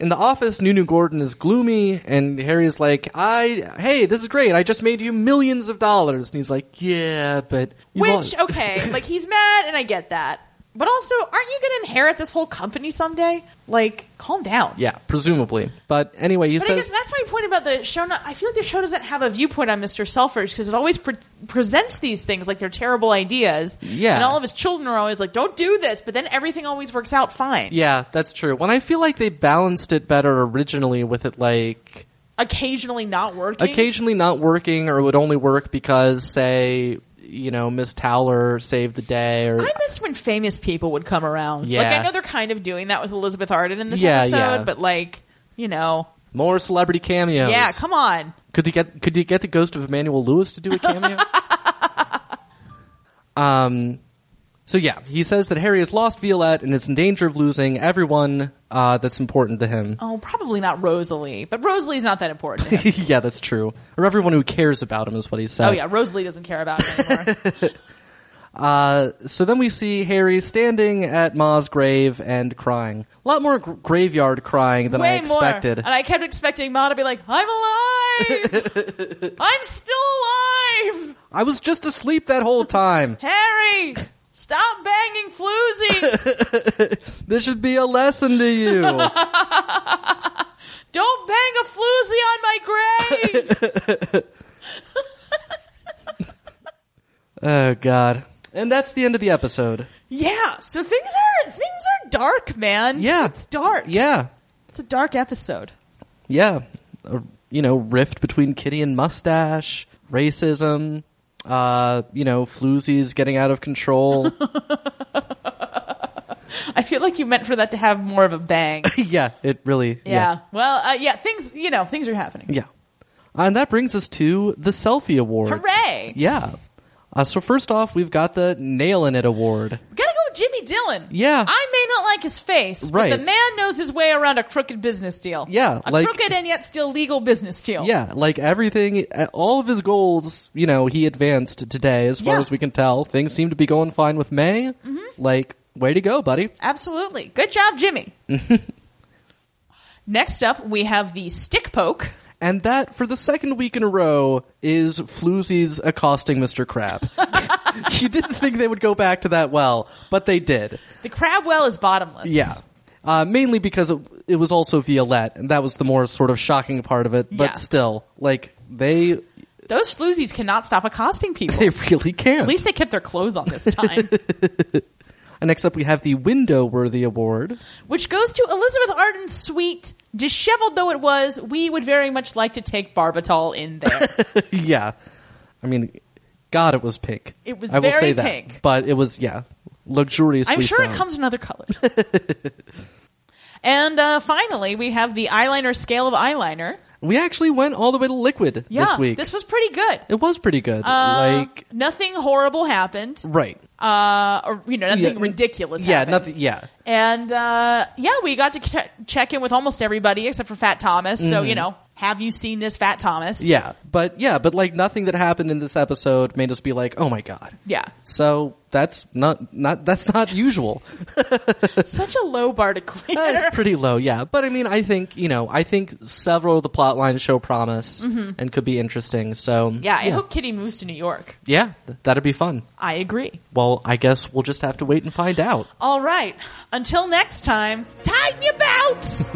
S2: In the office, Nunu Gordon is gloomy, and Harry's like, "I, hey, this is great. I just made you millions of dollars." And he's like, "Yeah, but you
S1: Which
S2: lost-
S1: okay, like he's mad, and I get that. But also, aren't you going to inherit this whole company someday? Like, calm down.
S2: yeah, presumably." But anyway, he
S1: But I guess
S2: says,
S1: that's my point about the show. Not, I feel like the show doesn't have a viewpoint on Mr. Selfridge because it always pre- presents these things like they're terrible ideas.
S2: Yeah.
S1: And all of his children are always like, don't do this. But then everything always works out fine.
S2: "Yeah, that's true." When I feel like they balanced it better originally with it, like
S1: Occasionally not working.
S2: occasionally not working or would only work because say you know miss towler saved the day or
S1: I miss when famous people would come around.
S2: Yeah.
S1: Like I know they're kind of doing that with Elizabeth Arden in this
S2: Yeah,
S1: episode,
S2: yeah.
S1: but like, you know,
S2: more celebrity cameos
S1: yeah, come on.
S2: could you get could you get the ghost of emmanuel lewis to do a cameo um so yeah he says that harry has lost violette and is in danger of losing everyone uh, that's important to him
S1: Oh, probably not Rosalie, but Rosalie's not that important. to him.
S2: yeah that's true or everyone who cares about him is what he said
S1: oh yeah, Rosalie doesn't care about it anymore.
S2: Uh, so then we see Harry standing at Ma's grave and crying. A lot more gr- graveyard crying than I
S1: Way more.
S2: expected.
S1: And I kept expecting Ma to be like, "I'm alive. I'm still alive.
S2: I was just asleep that whole time.
S1: Harry, stop banging floozies.
S2: this should be a lesson to you.
S1: Don't bang a floozy on my grave."
S2: oh God. And that's the end of the episode.
S1: Yeah, so things are things are dark, man.
S2: Yeah.
S1: it's dark.
S2: Yeah.
S1: It's a dark episode.
S2: Yeah. A, you know, rift between Kitty and Mustache, racism, uh, you know, floozies getting out of control.
S1: I feel like you meant for that to have more of a bang.
S2: yeah, it really.
S1: Yeah. Well, uh, yeah, things you know things are happening.
S2: Yeah. And that brings us to the Selfie Awards.
S1: Hooray!
S2: Yeah. Uh, so first off, we've got the Nail in It Award.
S1: Gotta go with Jimmy Dillon.
S2: Yeah.
S1: I may not like his face,
S2: Right.
S1: but the man knows his way around a crooked business deal.
S2: Yeah,
S1: A
S2: like-
S1: crooked and yet still legal business deal.
S2: Yeah, like everything, uh, all of his goals, you know, he advanced today, as far
S1: Yeah. Mm-hmm.
S2: as we can tell. Things seem to be going fine with May. Like, way to go, buddy.
S1: Absolutely. Good job, Jimmy. Next up, we have the stick poke.
S2: And that, for the second week in a row, is Floozy's accosting Mr. Crab. you didn't think they would go back to that well, but they did.
S1: The crab well is bottomless.
S2: Yeah. Uh, mainly because it, it was also Violette, and that was the more sort of shocking part of it, but
S1: Yeah.
S2: still, like, they,
S1: Those floozies cannot stop accosting people.
S2: they really can.
S1: At least they kept their clothes on this time.
S2: and next up, we have the Window Worthy Award.
S1: Which goes to Elizabeth Arden's sweet, disheveled though it was, we would very much like to take Barbitol in there.
S2: yeah. I mean, God, it was pink.
S1: It was
S2: I will
S1: very
S2: say that,
S1: pink.
S2: but it was yeah, luxuriously.
S1: I'm sure it
S2: so.
S1: comes in other colors. and uh, finally, we have the eyeliner scale of eyeliner.
S2: We actually went all the way to liquid
S1: Yeah,
S2: this week.
S1: was pretty good.
S2: it was pretty good.
S1: Uh,
S2: like
S1: nothing horrible happened.
S2: right.
S1: Uh, or you know, nothing
S2: Yeah,
S1: ridiculous.
S2: Yeah,
S1: happened.
S2: nothing. Yeah,
S1: And uh, yeah, we got to che- check in with almost everybody except for Fat Thomas. So you
S2: Mm-hmm.
S1: know, have you seen this Fat Thomas?
S2: yeah, but yeah, but like nothing that happened in this episode made us be like, oh my god.
S1: yeah.
S2: So that's not not that's not usual.
S1: Such a low bar to clear.
S2: That's Eh, pretty low, yeah. But I mean, I think you know, I think several of the plot lines show promise and could be interesting. So
S1: yeah, I hope Kitty moves to New York.
S2: yeah, th- that'd be fun.
S1: I agree.
S2: Well, I guess we'll just have to wait and find out.
S1: All right. Until next time, tighten your belts.